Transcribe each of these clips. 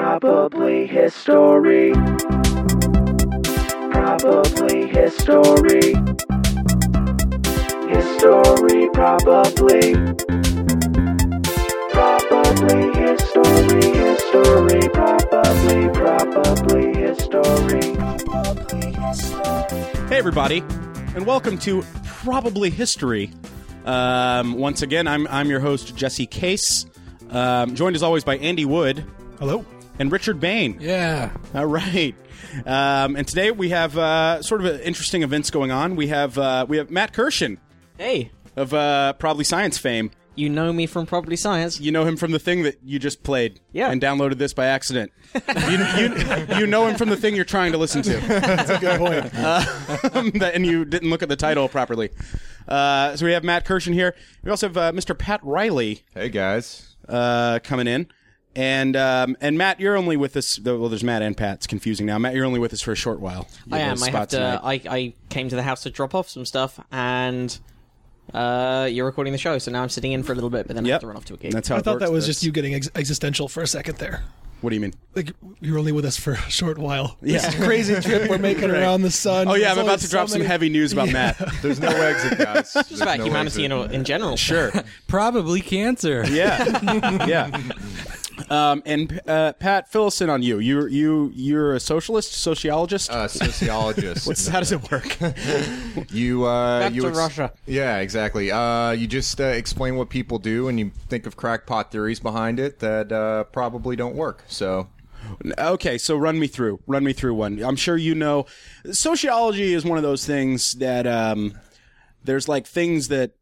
Probably history. Probably history. History, probably. Probably history, history, probably, probably history. Probably history. Hey, everybody, and welcome to Probably History. Um, once again, I'm, I'm your host, Jesse Case, um, joined as always by Andy Wood Hello. and Richard Bain. Yeah. All right. Um, and today we have uh, sort of uh, interesting events going on. We have uh, we have Matt Kirshen Hey, of uh, Probably Science fame. you know me from Probably Science. You know him from the thing that you just played Yeah. and downloaded this by accident. you, you, you know him from the thing you're trying to listen to. Good point. Um, that- and you didn't look at the title properly. Uh, so we have Matt Kirshen here. We also have uh, Mr. Pat Riley Hey guys. uh, coming in, and um, and Matt, you're only with us. though- Well, there's Matt and Pat. It's confusing now. Matt, you're only with us for a short while. You're I the am. I have spot to. tonight. I, I came to the house to drop off some stuff, and uh, you're recording the show, so now I'm sitting in for a little bit, but then I have Yep. to run off to a gig. That's how I it thought that works. was That's- just you getting ex- existential for a second there. What do you mean? Like you were only with us for a short while. Yeah. This crazy trip we're making around the sun. Oh yeah, There's I'm about always to so drop some many- heavy news about Matt. There's no exit, guys. There's Just about no humanity in, exit. in general. Sure. Probably cancer. Yeah. Yeah. Um, and uh, Pat, fill us in on you. You you you're a socialist, sociologist. uh, sociologist. What's- how does it work? You uh Back you to Russia. Yeah, exactly. Uh you just uh, explain what people do and you think of crackpot theories behind it that uh probably don't work. So Okay, so run me through. Run me through one. I'm sure you know. Sociology is one of those things that um, there's like things that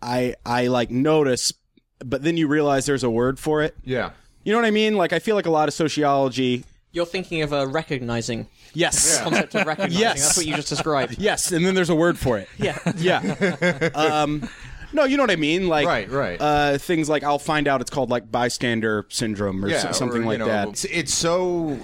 I I like notice, but then you realize there's a word for it. yeah. You know what I mean? Like I feel like a lot of sociology. You're thinking of uh, recognizing Yes. concept of recognizing. Yes. That's what you just described. Yes, and then there's a word for it. Yeah. yeah. Um, no, you know what I mean. Like Right, right. Uh, things like I'll find out it's called like bystander syndrome or Yeah, so- something or, you like know, that. It's, it's so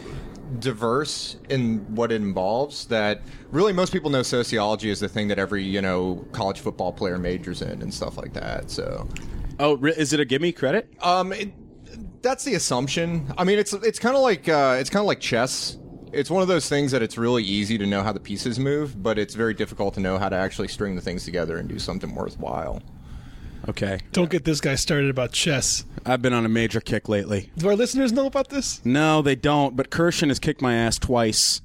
diverse in what it involves that really most people know sociology is the thing that every, you know, college football player majors in and stuff like that. So Oh, re- is it a gimme credit? Uh, Um, it, that's the assumption. I mean, it's it's kind of like uh, it's kind of like chess. It's one of those things that it's really easy to know how the pieces move, but it's very difficult to know how to actually string the things together and do something worthwhile. Okay, Don't get this guy started about chess. I've been on a major kick lately. Do our listeners know about this? No, they don't. But Kirshen has kicked my ass twice.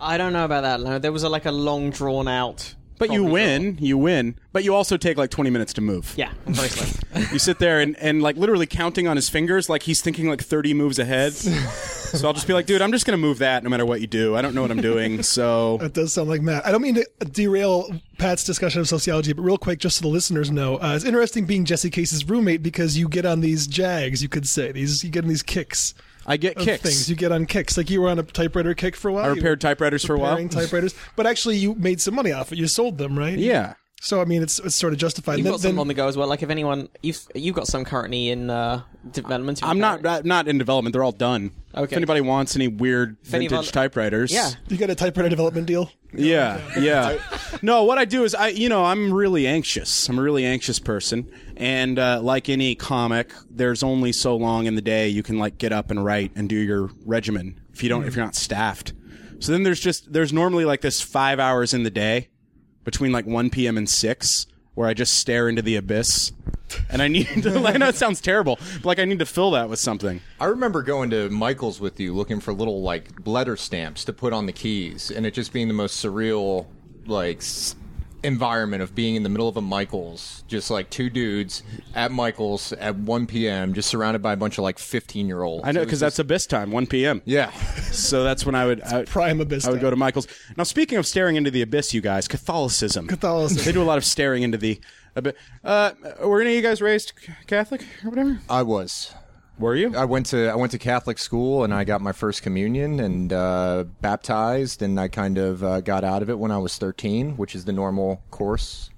I don't know about that. No, there was a, like a long drawn out. But Oh, you win, you win. But you also take like 20 minutes to move. Yeah, I'm very slow. You sit there and, and like literally counting on his fingers, like he's thinking like 30 moves ahead. so I'll just be like, dude, I'm just going to move that no matter what you do. I don't know what I'm doing. So That does sound like Matt. I don't mean to derail Pat's discussion of sociology, but real quick, just so the listeners know, uh, it's interesting being Jesse Case's roommate because you get on these jags, you could say these, you get on these kicks. I get of kicks. things. You get on kicks. Like you were on a typewriter kick for a while. I You repaired were typewriters for a while. repairing typewriters, but actually you made some money off it. You sold them, right? Yeah. So I mean, it's it's sort of justified. You've Then- got some then- on the go as well. Like if anyone, you've you've got some currently in uh, development. I'm not I'm not in development. They're all done. If Okay. anybody wants any weird any vintage of all- typewriters, Yeah. you got a typewriter development deal. Yeah, yeah. No, what I do is I, you know, I'm really anxious. I'm a really anxious person, and uh, like any comic, there's only so long in the day you can like get up and write and do your regimen if you don't if you're not staffed. So then there's just there's normally like this five hours in the day between like 1 p.m. and 6 where I just stare into the abyss. And I need to, I know it sounds terrible, but like I need to fill that with something. I remember going to Michael's with you looking for little like letter stamps to put on the keys, and it just being the most surreal like s- environment of being in the middle of a Michael's, just like two dudes at Michael's at 1 p.m., just surrounded by a bunch of like 15 year olds. I know because that's abyss time, 1 p.m. yeah. So that's when I would I, prime abyss I would time. go to Michael's. Now, speaking of staring into the abyss, you guys, Catholicism. Catholicism. They do a lot of staring into the. abyss. Uh, were any of you guys raised Catholic or whatever? I was. Were you? I went to I went to Catholic school and I got my first communion and uh, baptized and I kind of uh, got out of it when I was 13, which is the normal course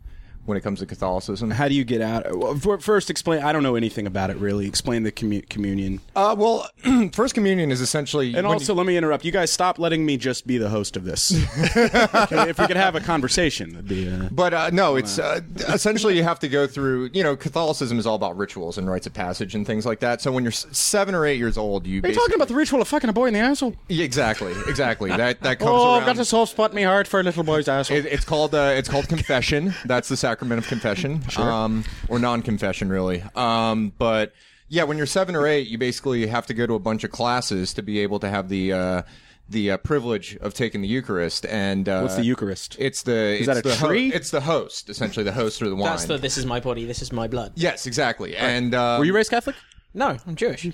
when it comes to Catholicism. How do you get out? well, for- First, explain. I don't know anything about it really. Explain the commu- communion. Uh, well, First Communion is essentially And when also, let me interrupt. You guys stop letting me just be the host of this. Okay, if we could have a conversation, that'd be. Uh, But uh, no, it's uh, essentially you have to go through. You know, Catholicism is all about rituals and rites of passage and things like that. So when you're s- seven or eight years old, you are you talking about the ritual of fucking a boy in the asshole? yeah, exactly, exactly that that comes Oh, I've around. got a soft spot in my heart for a little boy's asshole. It, it's called uh, it's called confession. That's the sacrament of confession, um, or non-confession, really. Um, but yeah, when you're seven or eight, you basically have to go to a bunch of classes to be able to have the uh, the uh, privilege of taking the Eucharist. And uh, What's the Eucharist? It's the it's that a the ho- tree? it's the host, essentially the host or the wine. That's the this is my body, this is my blood. Yes, exactly. And uh, Were you raised Catholic? No, I'm Jewish.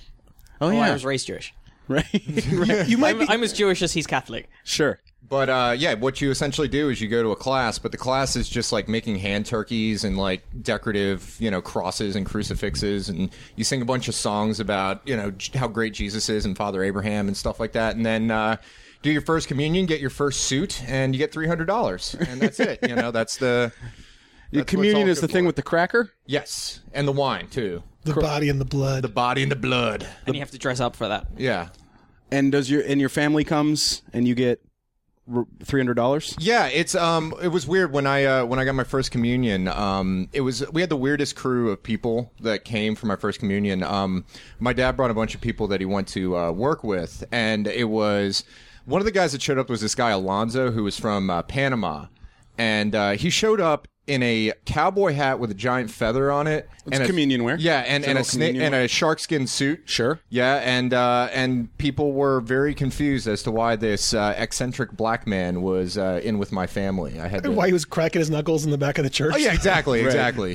Oh Well, I was raised Jewish. right. right. You I'm, I'm as Jewish as he's Catholic. Sure. But uh, yeah, what you essentially do is you go to a class, but the class is just like making hand turkeys and like decorative, you know, crosses and crucifixes, and you sing a bunch of songs about you know j- how great Jesus is and Father Abraham and stuff like that, and then. Uh, do your first communion, get your first suit, and you get three hundred dollars, and that's it. You know, that's the Your That's what it's communion all is the good thing for. with the cracker. yes, and the wine too, The body and the blood. the body and the blood. And you have to dress up for that. Yeah, And does your and your family comes and you get three hundred dollars? Yeah, it's um, it was weird when I uh, when I got my first communion. Um, it was we had the weirdest crew of people that came for my first communion. Um, my dad brought a bunch of people that he went to uh, work with, and it was one of the guys that showed up was this guy Alonzo who was from uh, Panama, and uh, he showed up in a cowboy hat with a giant feather on it. and a- communion wear. Yeah, and, and a General snake communion and a shark skin suit. Sure. Yeah, and uh, and people were very confused as to why this uh, eccentric black man was uh, in with my family. I had to... Why he was cracking his knuckles in the back of the church. Oh yeah, exactly, exactly.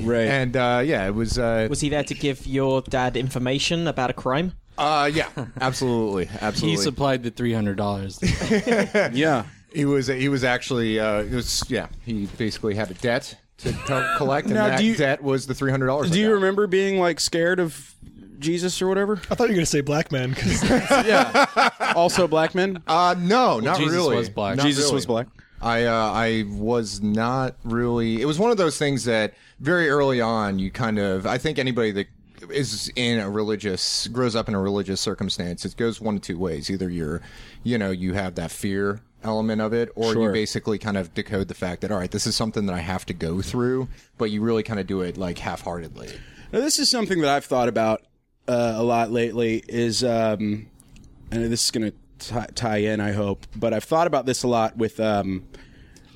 right. And uh, yeah, it was. Uh, Was he there to give your dad information about a crime? uh, yeah, absolutely, He absolutely. supplied the three hundred dollars. Yeah. He was. He was actually. Uh, it was. Yeah, he basically had a debt to co- collect, and Now, that do you- debt was the three hundred dollars. Do you remember being like scared of Jesus or whatever? I thought you were going to say black man. 'cause- yeah. Also, black men. Uh, no, not Jesus really. was black. Not Jesus really. was black. I uh, I was not really. It was one of those things that very early on you kind of. I think anybody that is in a religious grows up in a religious circumstance. It goes one of two ways. Either you're, you know, you have that fear element of it, or Sure. you basically kind of decode the fact that all right, this is something that I have to go through, but you really kind of do it like half-heartedly. Now, this is something that I've thought about uh, a lot lately. Is um, and this is going to tie in, I hope, but I've thought about this a lot. With um,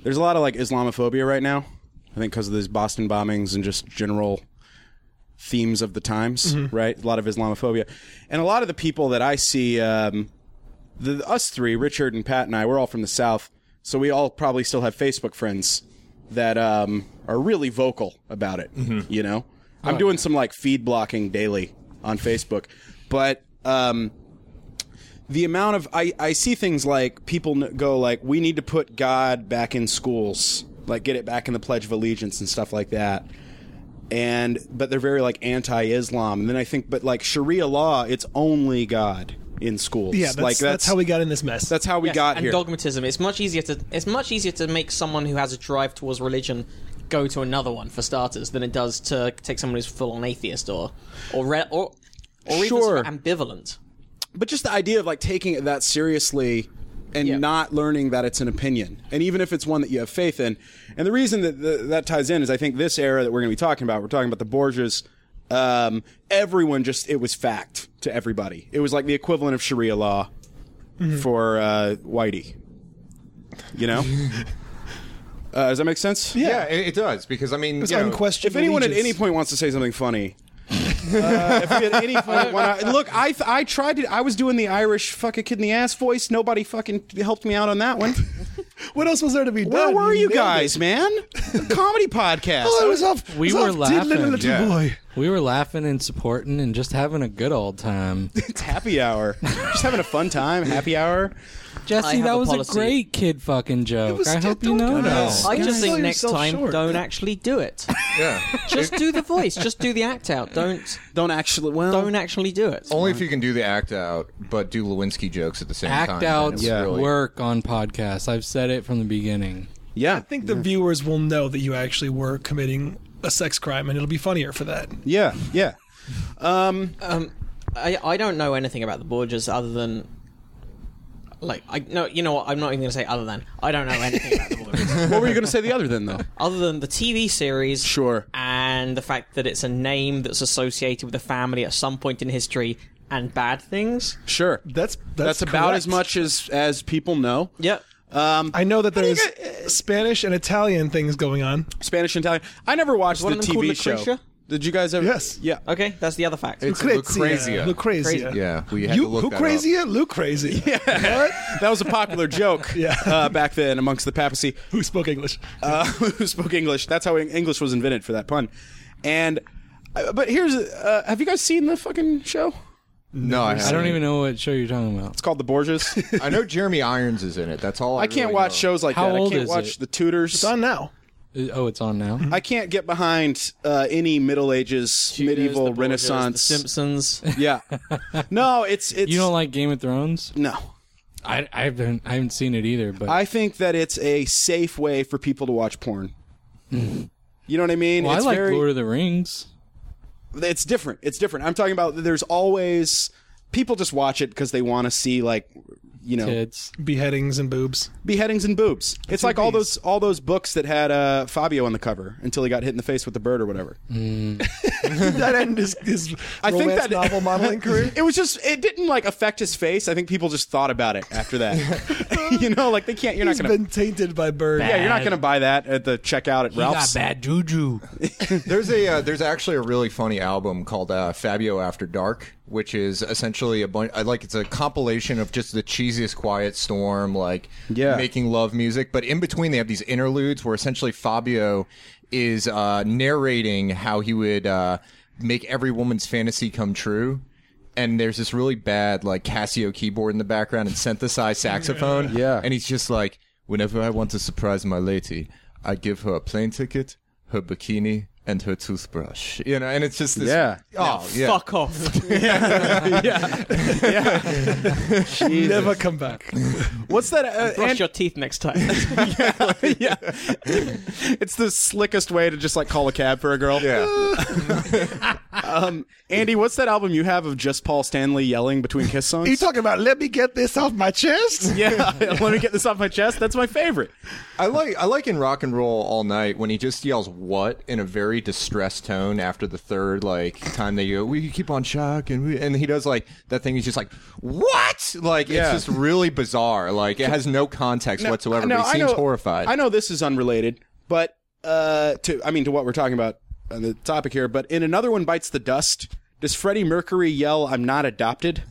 there's a lot of like Islamophobia right now. I think because of these Boston bombings and just general themes of the times, right? A lot of Islamophobia, and a lot of the people that I see, um, the us three, Richard and Pat and I, we're all from the South, so we all probably still have Facebook friends that um, are really vocal about it. Mm-hmm. You know, I'm doing some like feed blocking daily on Facebook, but um, the amount of I, I see things like people n- go like we need to put God back in schools, like get it back in the Pledge of Allegiance and stuff like that. And but they're very like anti-Islam, and then I think but like Sharia law, it's only God in schools. yeah, that's, like that's, how we got in this mess. that's how we got and here. dogmatism. It's much easier to it's much easier to make someone who has a drive towards religion go to another one for starters than it does to take someone who's full on atheist or or re- or or even Sure. sort of ambivalent. but just the idea of like taking it that seriously and Yeah. not learning that it's an opinion and even if it's one that you have faith in and the reason that the, that ties in is i think this era that we're going to be talking about we're talking about the borgias um, everyone just it was fact to everybody it was like the equivalent of sharia law for uh, whitey you know uh, does that make sense Yeah, it, it does because I mean, It's you know, unquestioned. if anyone at allegiance. any point wants to say something funny, uh, if we at any point want to look, I th- I tried to. I was doing the Irish fuck a kid in the ass voice. Nobody fucking helped me out on that one. what else was there to be Where done? were you nailed it. guys, man? Comedy podcast. Oh, I was off. We I was were off diddling a laughing. little Yeah. boy. we were laughing and supporting and just having a good old time. It's happy hour. Just having a fun time. Happy hour. I Jesse, have that a was a policy. great kid fucking joke. was I still- hope you don't know do that. this. Oh. I Guys, just think sell next yourself time short. don't actually do it. yeah. Just do the voice. Just do the act out. Don't Don't actually. Well, don't actually do it. Only if you can do the act out, but do Lewinsky jokes at the same time. Act then outs it's really- work on podcasts. I've said it from the beginning. Yeah. I think the viewers will know that you actually were committing a sex crime, and it'll be funnier for that. yeah. Yeah. I, I don't know anything about the Borgias other than like I no you know what I'm not even gonna say other than I don't know anything about the Borgias What were you going to say the other then though? other than the TV series Sure. and the fact that it's a name that's associated with a family at some point in history and bad things Sure. That's That's, that's, about correct. as much as as people know. yep I know that there's uh, Spanish and Italian things going on. Spanish and Italian. I never watched one the of them called TV show. Lucretia? Did you guys ever? Yes. Yeah. okay that's the other fact It's Lucrezia, Lucrezia. Lucrezia. Yeah, we had You to look who that crazy? Luke crazy. What? That was a popular joke Yeah. uh, back then amongst the papacy who spoke English? uh, who spoke English. That's how English was invented for that pun. And uh, but here's uh, have you guys seen the fucking show? No, I, I don't even know what show you're talking about. It's called The Borgias. I know Jeremy Irons is in it. That's all. I, I can't really watch know. shows like How that. I old can't is watch it? The Tudors. It's on now. Uh, Oh, it's on now. I can't get behind uh, any Middle Ages, medieval, The Borgias, Renaissance. The Simpsons yeah. No, it's it's You don't like Game of Thrones? no. I, I haven't I haven't seen it either, but I think that it's a safe way for people to watch porn. You know what I mean? Hmm. well, I it's like very, Lord of the Rings. it's different. It's different. I'm talking about there's always people just watch it because they want to see like you know It's Beheadings and boobs. beheadings and boobs. It's like all those all those books that had uh, Fabio on the cover until he got hit in the face with the bird or whatever. that end his, his I think romance that- novel modeling career. It was just it didn't like affect his face. I think people just thought about it after that. you know, like they can't. You're He's not gonna. been tainted by birds. yeah, you're not gonna buy that at the checkout at Ralph's. bad juju. There's a uh, there's actually a really funny album called uh, Fabio After Dark, which is essentially a bunch like it's a compilation of just the cheesiest Quiet Storm, like Yeah. making love music. But in between, they have these interludes where essentially Fabio is uh, narrating how he would uh, make every woman's fantasy come true. And there's this really bad like Casio keyboard in the background and synthesized saxophone. Yeah. and he's just like, whenever I want to surprise my lady, I give her a plane ticket, her bikini, and her toothbrush. You know, and it's just this. Yeah. Oh, yeah. fuck off Never come back. What's that? Uh, brush and- your teeth next time yeah, it's the slickest way to just like call a cab for a girl. Um, Yeah. Andy, what's that album you have of just Paul Stanley yelling between kiss songs? talking about? Let me get this off my chest. yeah, let me get this off my chest. That's my favorite. I like I like in rock and roll all night when he just yells "what" in a very distressed tone after the third like time they go we keep on shocking we, and he does like that thing he's just like what like Yeah. it's just really bizarre like it has no context whatsoever Now, but he I seems know- horrified I know this is unrelated, but uh, to I mean to what we're talking about on the topic here. But in another one bites the dust, does Freddie Mercury yell, "I'm not adopted"?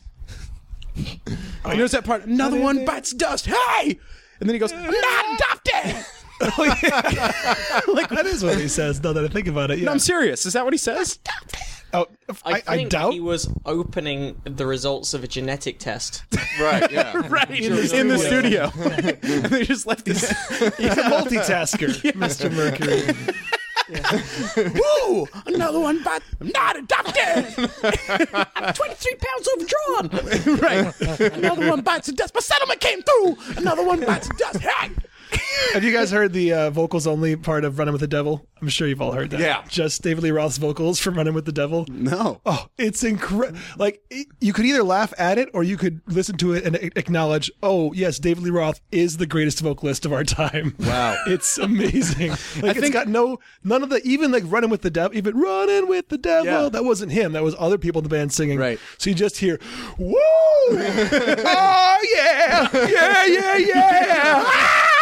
you notice that part. Another one bites dust. Hey, and then he goes, "I'm not adopted." like that is what he says. Now that I think about it, yeah. I'm serious. Is that what he says? Oh, I, I, I, think doubt. he was opening the results of a genetic test right yeah Right in the, studio, and they just left this. He's a multitasker, Mr. Mercury. Woo! Another one, but I'm not adopted. Twenty-three pounds overdrawn. right. Another one bites the dust. My settlement came through. Another one bites the dust. Hey. Have you guys heard the uh, vocals only part of "Running with the Devil"? I'm sure you've all heard that. Yeah. just David Lee Roth's vocals from "Running with the Devil." No. Oh, it's incredible. Like it, you could either laugh at it or you could listen to it and a- acknowledge, "Oh, yes, David Lee Roth is the greatest vocalist of our time." Wow, it's amazing. Like it's think- got no none of the even like running with the devil, even running with the devil. Yeah. That wasn't him. That was other people in the band singing. Right. So you just hear, "Woo! oh yeah, yeah, yeah, yeah!" Ah!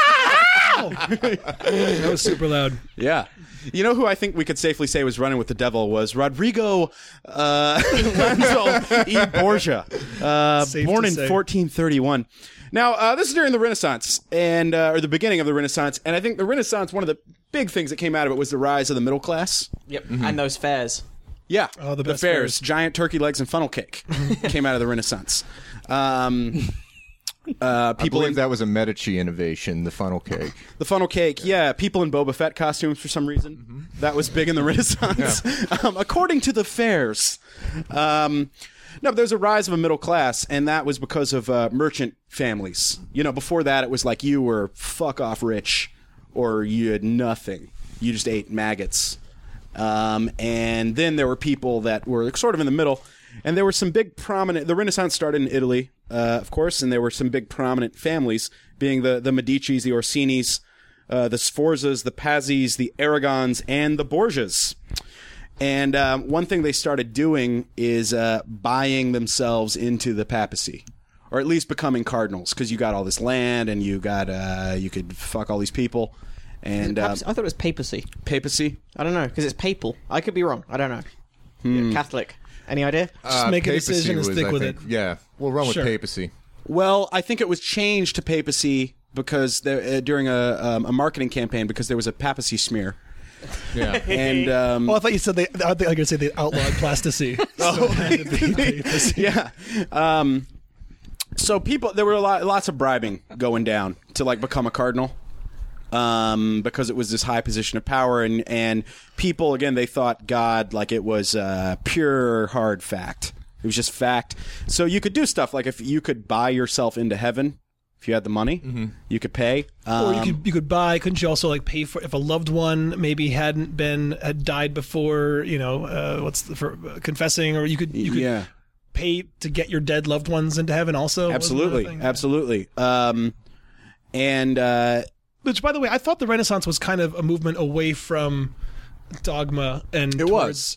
that was super loud. Yeah. You know who I think we could safely say was running with the devil was Rodrigo uh, Lorenzo e Borgia, uh, Safe born to in say. 1431. Now, uh, this is during the Renaissance and uh, or the beginning of the Renaissance, and I think the Renaissance one of the big things that came out of it was the rise of the middle class. yep and those fairs Yeah. Oh, the best fairs, fairs. giant turkey legs and funnel cake came out of the Renaissance. Um, uh, I people in believe that was a Medici innovation the funnel cake the funnel cake, yeah. People in Boba Fett costumes for some reason. Mm-hmm. That was big in the Renaissance, um, according to the fairs. Um, no, but there's a rise of a middle class, and that was because of uh, merchant families. You know, before that, it was like you were fuck off rich, or you had nothing. You just ate maggots. Um, and then there were people that were sort of in the middle, and there were some big prominent. The Renaissance started in Italy, uh, of course, and there were some big prominent families, being the the Medici's, the Orsinis, uh, the Sforzas, the Pazzis, the Aragons, and the Borgias. And um, one thing they started doing is uh, buying themselves into the papacy, or at least becoming cardinals, because you got all this land and you got uh, you could fuck all these people, and uh, Papacy- I thought it was papacy. papacy. I don't know because it's papal. I could be wrong. I don't know. Yeah, Catholic. Any idea? Just make a decision and stick with it. Yeah, we'll run Sure. with papacy. Well, I think it was changed to papacy because there, uh, during a, um, a marketing campaign because there was a papacy smear, Yeah, and um, Well, I thought you said they. I think I could say they outlawed plasticity. yeah. Um, so people, there were a lot, lots of bribing going down to like become a cardinal, um, because it was this high position of power, and and people again they thought God like it was uh, pure hard fact. It was just fact. So you could do stuff like if you could buy yourself into heaven if you had the money, you could pay. Um, or you could you could buy. Couldn't you also like pay for if a loved one maybe hadn't been had died before? You know, uh, what's the, for uh, confessing? Or you could you could yeah. pay to get your dead loved ones into heaven. Also, Wasn't that a Absolutely, thing? absolutely. Um, and uh, Which, by the way, I thought the Renaissance was kind of a movement away from dogma and It was.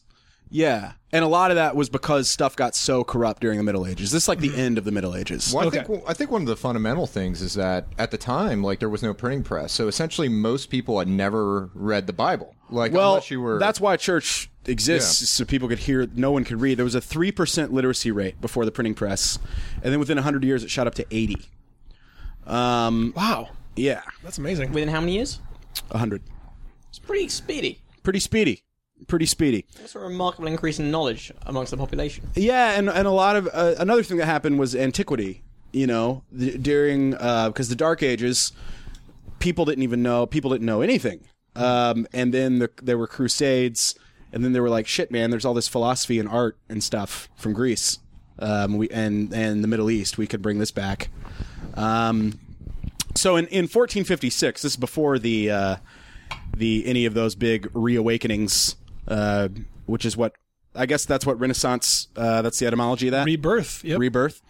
Yeah. And a lot of that was because stuff got so corrupt during the Middle Ages. This is like the end of the Middle Ages. well, I, Okay. think, I think one of the fundamental things is that at the time, like there was no printing press, so essentially most people had never read the Bible. Like Well, unless you were that's why church exists, Yeah. so people could hear, no one could read. There was a 3% literacy rate before the printing press. And then within 100 years, it shot up to 80. Um, Wow, yeah, that's amazing. Within how many years? 100. It's pretty speedy. Pretty speedy. Pretty speedy. That's a remarkable increase in knowledge amongst the population. Yeah, and and a lot of uh, another thing that happened was antiquity. You know, th- during because the Dark Ages, people didn't even know people didn't know anything. Um, and then the, there were crusades, and then they were like, "Shit, man, there's all this philosophy and art and stuff from Greece, um, we and and the Middle East. We could bring this back." Um, so in, in 1456, this is before the uh, the any of those big reawakenings, uh, which is what I guess that's what Renaissance. Uh, that's the etymology of that Rebirth. Yep. rebirth.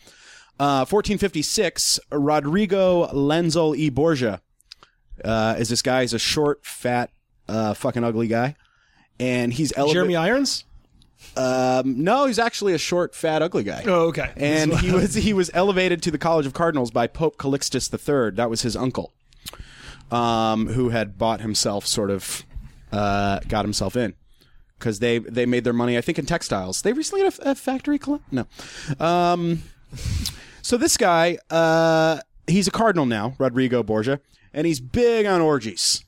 Uh, 1456, Rodrigo Lenzel e Borgia uh, is this guy. He's a short, fat, uh, fucking ugly guy, and he's eleva- Jeremy Irons. Um, no, he's actually a short, fat, ugly guy. Oh, okay. And he was he was elevated to the College of Cardinals by Pope Calixtus III. That was his uncle, um, who had bought himself sort of uh, got himself in because they they made their money I think in textiles. They recently had a, a factory colla- no. Um, so this guy uh, he's a cardinal now, Rodrigo Borgia, and he's big on orgies.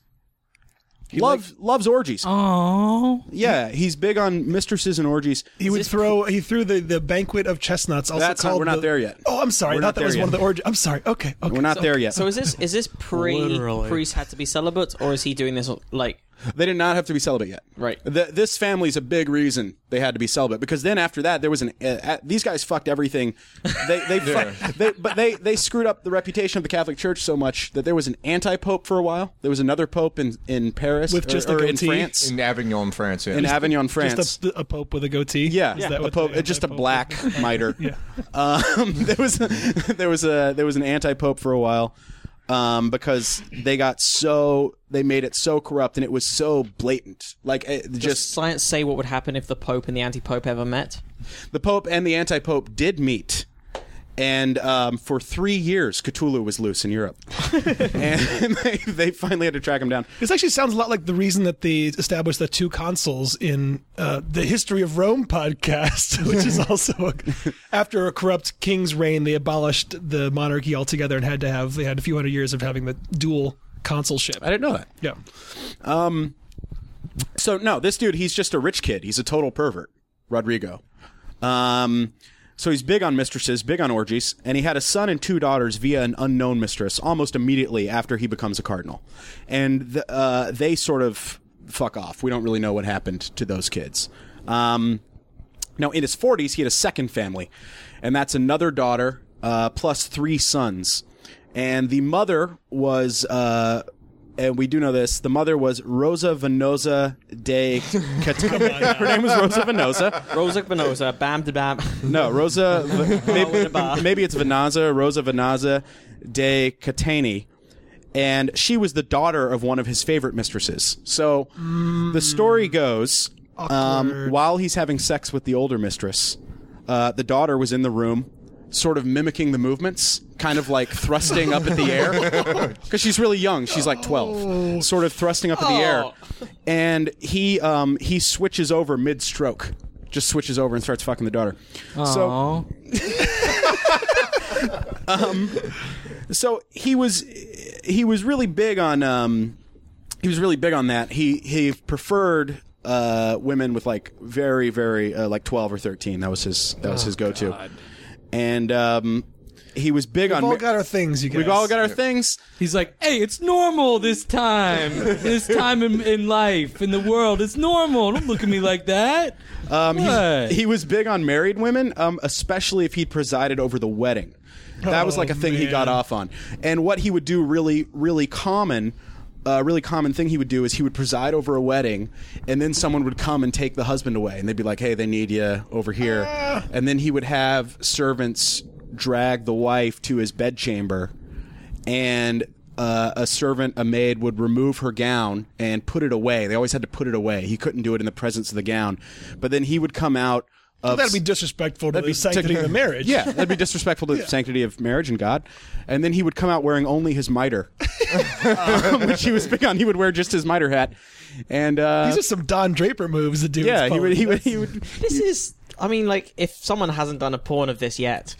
Loves loves orgies. Oh, Yeah, he's big on mistresses and orgies. He would throw. He threw the, the banquet of chestnuts. Also That's not- called we're not the- there yet. Oh, I'm sorry. We're I not thought that there was yet. one of the origin. I'm sorry. Okay. okay. We're not there yet. So is this is this pre Literally. priests had to be celibate or is he doing this like They did not have to be celibate yet. Right. Th this family's a big reason they had to be celibate because then after that there was an uh, uh, these guys fucked everything. They they, fucked, they but they they screwed up the reputation of the Catholic Church so much that there was an anti pope for a while. There was another pope in in Paris With or- just a or in goatee? France in Avignon, France. Yeah. in Avignon, France. Just a, a pope with a goatee. yeah, Is that a what pope, the just a anti-pope black is? mitre. Yeah. Um, there was a, there was a there was an anti pope for a while um, because they got so they made it so corrupt and it was so blatant. Like it, does just science say what would happen if the Pope and the anti Pope ever met? the Pope and the anti Pope did meet. And um, for three years, Cthulhu was loose in Europe. and they, they finally had to track him down. This actually sounds a lot like the reason that they established the two consuls in uh, the History of Rome podcast, which is also after a corrupt king's reign, they abolished the monarchy altogether and had to have they had a few hundred years of having the dual consulship. I didn't know that. Yeah, So, no, this dude, he's just a rich kid. He's a total pervert, Rodrigo. Um, so he's big on mistresses, big on orgies, and he had a son and two daughters via an unknown mistress almost immediately after he becomes a cardinal. And the, uh, they sort of fuck off. We don't really know what happened to those kids. Um, Now, in his 40s, he had a second family, and that's another daughter uh, plus three sons. And the mother was uh, and we do know this. The mother was Rosa Venosa de Catania. Her name was Rosa Venosa. Rosa Benosa, bam to bam. No, Rosa. V- in a bar. maybe, maybe it's Venaza. Rosa Venaza de Catania. And she was the daughter of one of his favorite mistresses. So the story goes um, Awkward. while he's having sex with the older mistress, uh, the daughter was in the room, sort of mimicking the movements, kind of like thrusting up at the air. Because she's really young. She's like 12. Sort of thrusting up at the air. Oh. And he, um, he switches over mid stroke. Just switches over and starts fucking the daughter. So, Aw. so he was he was really big on um, he was really big on that. He he preferred uh, women with like very very uh, like twelve or thirteen. That was his that Oh, was his go to, and um, he was big on. We've all mi- got our things, you guys. we've all got our things. He's like, hey, it's normal this time. this time in, in life, in the world, it's normal. Don't look at me like that. Um, he- What? He was big on married women, um, especially if he presided over the wedding. That was Oh, like a thing he got man. off on. And what he would do, really, really common, uh, really common thing he would do is he would preside over a wedding, and then someone would come and take the husband away, and they'd be like, "Hey, they need you over here," and then he would have servants drag the wife to his bedchamber, and. Uh, a servant, a maid, would remove her gown and put it away. They always had to put it away. He couldn't do it in the presence of the gown. But then he would come out of That'd be disrespectful to That'd the sanctity of the marriage. yeah, that'd be disrespectful to the sanctity of marriage and God. And then he would come out wearing only his mitre, um, which he was big on. He would wear just his mitre hat, and uh, These are some Don Draper moves that do. yeah, he would, he would, he would. This is, I mean, like, if someone hasn't done a porn of this yet,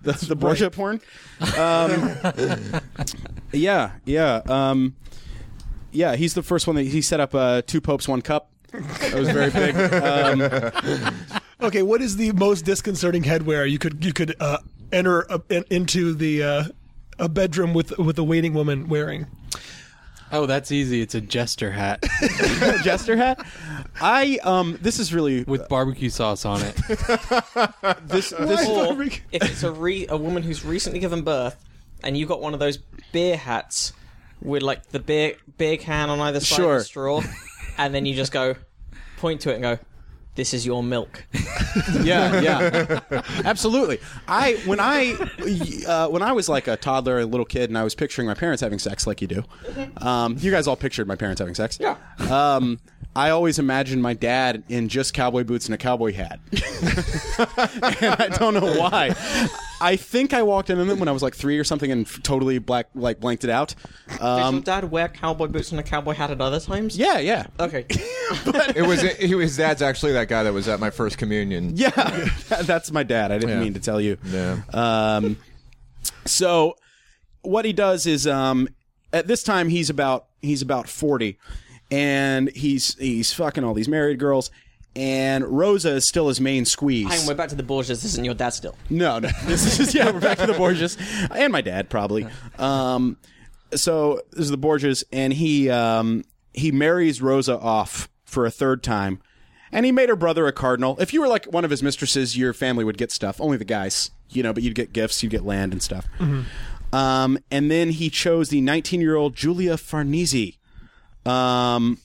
The, the Borgia porn. Um, yeah, yeah, um, yeah. He's the first one that he set up uh, two popes, one cup. That was very big. Um, Okay, what is the most disconcerting headwear you could you could uh, enter a, in, into the uh, a bedroom with with a waiting woman wearing? Oh, that's easy. It's a jester hat jester hat. I um, this is really with barbecue sauce on it. this this. or if it's a re- a woman who's recently given birth, and you got one of those beer hats with like the beer beer can on either side Sure. of the straw, and then you just go point to it and go, "This is your milk." yeah, yeah, absolutely. I when I uh, when I was like a toddler, a little kid, and I was picturing my parents having sex, like you do. Um, you guys all pictured my parents having sex. Yeah. Um, I always imagined my dad in just cowboy boots and a cowboy hat, and I don't know why. I think I walked in on them when I was like three or something, and f- totally black like blanked it out. Does Um, your dad wear cowboy boots and a cowboy hat at other times? yeah, yeah, Okay. It was it, his dad's actually that guy that was at my first communion. yeah. That- That's my dad. I didn't Yeah. mean to tell you. Yeah. Um, so what he does is um, at this time he's about he's about 40 and he's he's fucking all these married girls and Rosa is still his main squeeze. Hang on, we're back to the Borgias. This isn't your dad still. No, no. This is yeah. We're back to the Borgias and my dad probably. Um, so this is the Borgias, and he um, he marries Rosa off for a third time, and he made her brother a cardinal. If you were like one of his mistresses, your family would get stuff. Only the guys, you know, but you'd get gifts, you'd get land and stuff. Um, and then he chose the 19 year old Julia Farnese, um,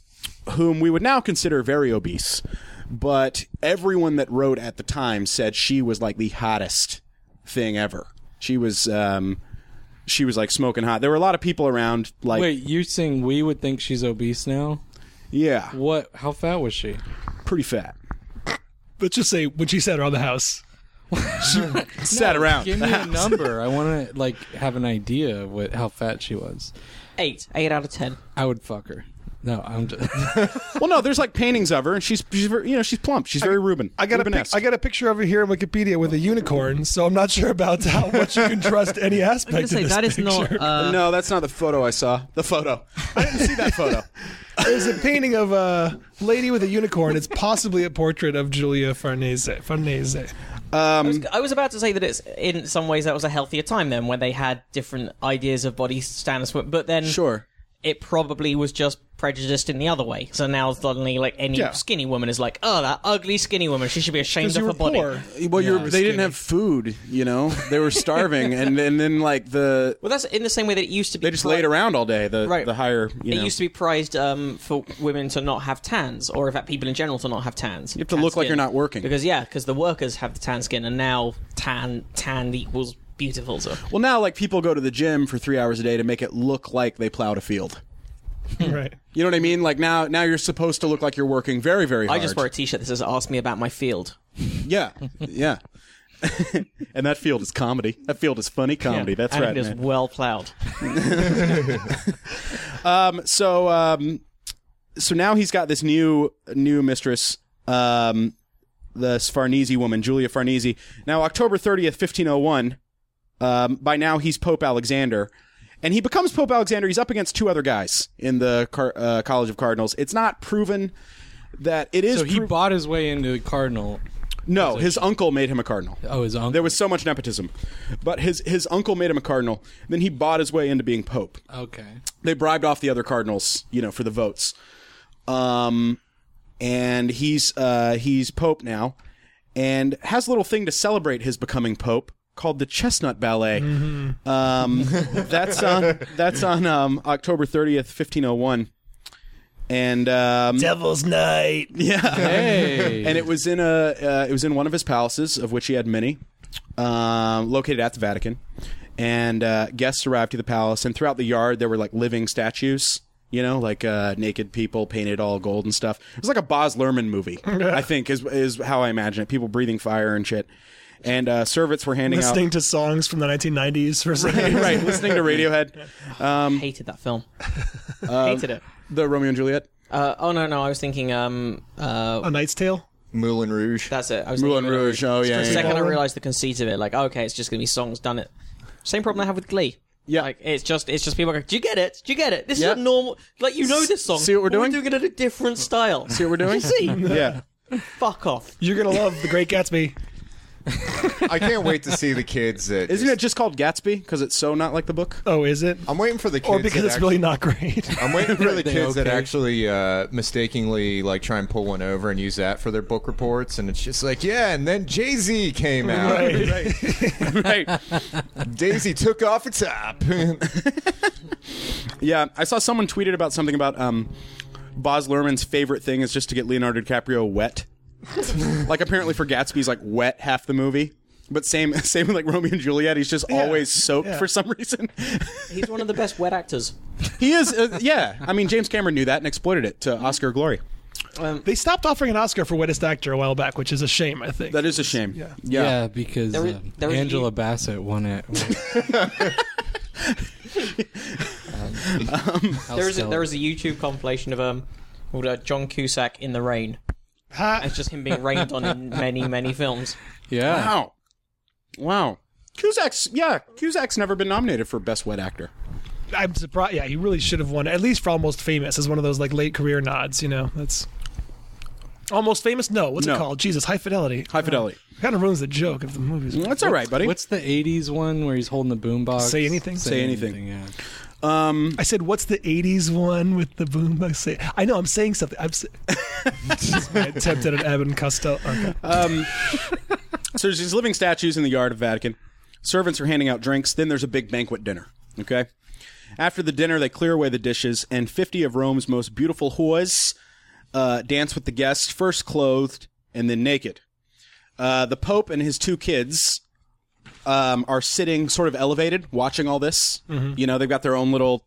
whom we would now consider very obese. But everyone that wrote at the time said she was like the hottest thing ever. She was, um, she was like smoking hot. There were a lot of people around, like, Wait, you're saying we would think she's obese now? yeah, What? How fat was she? pretty fat. Let's just say when she sat around the house. Sat around. Give me a number. I want to like have an idea of what how fat she was. Eight. Eight out of ten. I would fuck her. No, I'm just. Well, no, there's like paintings of her, and she's, she's very, you know, she's plump. She's very Ruben. I got a pic- Rubenesque. I got a picture over here on Wikipedia with a unicorn, so I'm not sure about how much you can trust any aspect of this picture. Uh, no, that's not the photo I saw. The photo. I didn't see that photo. There's a painting of a lady with a unicorn. It's possibly a portrait of Julia Farnese. Farnese. I was about to say that it's in some ways that was a healthier time then, where they had different ideas of body standards, but- but then Sure. it probably was just prejudiced in the other way. So now suddenly, like any Yeah. skinny woman is like, oh, that ugly skinny woman. She should be ashamed Because of you her were body. poor. Well, you're, they skinny. didn't have food, you know. They were starving, and, and then like the Well, that's in the same way that it used to be. they just pri- laid around all day. The Right. the higher, you It know, used to be prized um, for women to not have tans, or in fact, people in general to not have tans. You have to look like you're not working. Because yeah, because the workers have the tan skin, and now tan tan equals beautiful. So well now like people go to the gym for three hours a day to make it look like they plowed a field. Mm. right. You know what I mean? Like now now you're supposed to look like you're working very very I hard. just wear a T-shirt that says "Ask me about my field." Yeah, yeah. and that field is comedy. That field is funny comedy. That's and right. It is man. well plowed. so um so now he's got this new new mistress um the Farnese woman Julia Farnese now October 30th 1501 um by now he's Pope Alexander and he becomes Pope Alexander he's up against two other guys in the car- uh, College of Cardinals it's not proven that it is So he prov- bought his way into the cardinal. no his uncle made him a cardinal Oh, his uncle. there was so much nepotism but his his uncle made him a cardinal then he bought his way into being pope okay. they bribed off the other cardinals, you know, for the votes. Um, and he's uh, he's pope now, and has a little thing to celebrate his becoming pope called the Chestnut Ballet. Um, that's on that's on um, October thirtieth, fifteen oh one, and um, Devil's Night. yeah, Hey. and it was in a uh, it was in one of his palaces, of which he had many, um, located at the Vatican. And uh, guests arrived to the palace, and throughout the yard there were like living statues, you know, like uh, naked people painted all gold and stuff. It was like a Boz Lerman movie, I think, is is how I imagine it. People breathing fire and shit, and uh, servants were handing Listening out. to songs from the 1990s for some reason. right, listening to Radiohead, Um, Hated that film. Hated it. the Romeo and Juliet. Uh, oh no, no, I was thinking. Um, uh, A Knight's Tale. Moulin Rouge. that's it. I was Moulin thinking Moulin Rouge. Oh yeah, The yeah, yeah. second I realized the conceit of it, like, oh, okay, it's just gonna be songs done it. Same problem I have with Glee. Yeah. like it's just it's just people go, do you get it? Do you get it? This Yeah. is a normal, like you know this song. see what we're but doing? We're doing it in a different style. See what we're doing? See, yeah. fuck off. You're gonna love The Great Gatsby. I can't wait to see the kids that. Isn't it just called Gatsby because it's so not like the book? Oh, is it? I'm waiting for the kids. Or because that it's actually- really Um, not great. I'm waiting for the They kids that okay? actually uh, mistakenly like try and pull one over and use that for their book reports, and it's just like, yeah. And then Jay Z came out. Right. right. Daisy took off its top. Yeah, I saw someone tweeted about something about um, Boz Luhrmann's favorite thing is just to get Leonardo DiCaprio wet. like apparently for Gatsby's like wet half the movie, but same same with like Romeo and Juliet, he's just always soaked yeah. for some reason. He's one of the best wet actors. he is, uh, yeah. I mean, James Cameron knew that and exploited it to Oscar glory. They stopped offering an Oscar for Wettest Actor a while back, which is a shame, I think. That is a shame. Yeah, yeah. Yeah, because There was- uh, there was a- Angela Bassett won it. There is a, there is a YouTube compilation of um called uh, John Cusack in the rain. ha, It's just him being rained on in many many films. yeah. Wow, wow. Cusack's yeah, Cusack's never been nominated for best wet actor. I'm surprised. Yeah, he really should have won at least for Almost Famous as one of those like late career nods. You know, that's Almost Famous. No, what's No. it called? Jesus, High Fidelity. High fidelity. Kind of ruins the joke of the movies. That's all right, buddy. What's the '80s one where he's holding the boombox? Say Anything? Say Anything. yeah. Um, I said, what's the '80s one with the boombox? Say, I know I'm saying something. I'm s- This is my attempt at an Abbott and Costello. Okay. So there's these living statues in the yard of Vatican. Servants are handing out drinks. Then there's a big banquet dinner. Okay. After the dinner, they clear away the dishes, and 50 of Rome's most beautiful whores uh, dance with the guests, first clothed and then naked. Uh, the Pope and his two kids um, are sitting sort of elevated, watching all this. You know, they've got their own little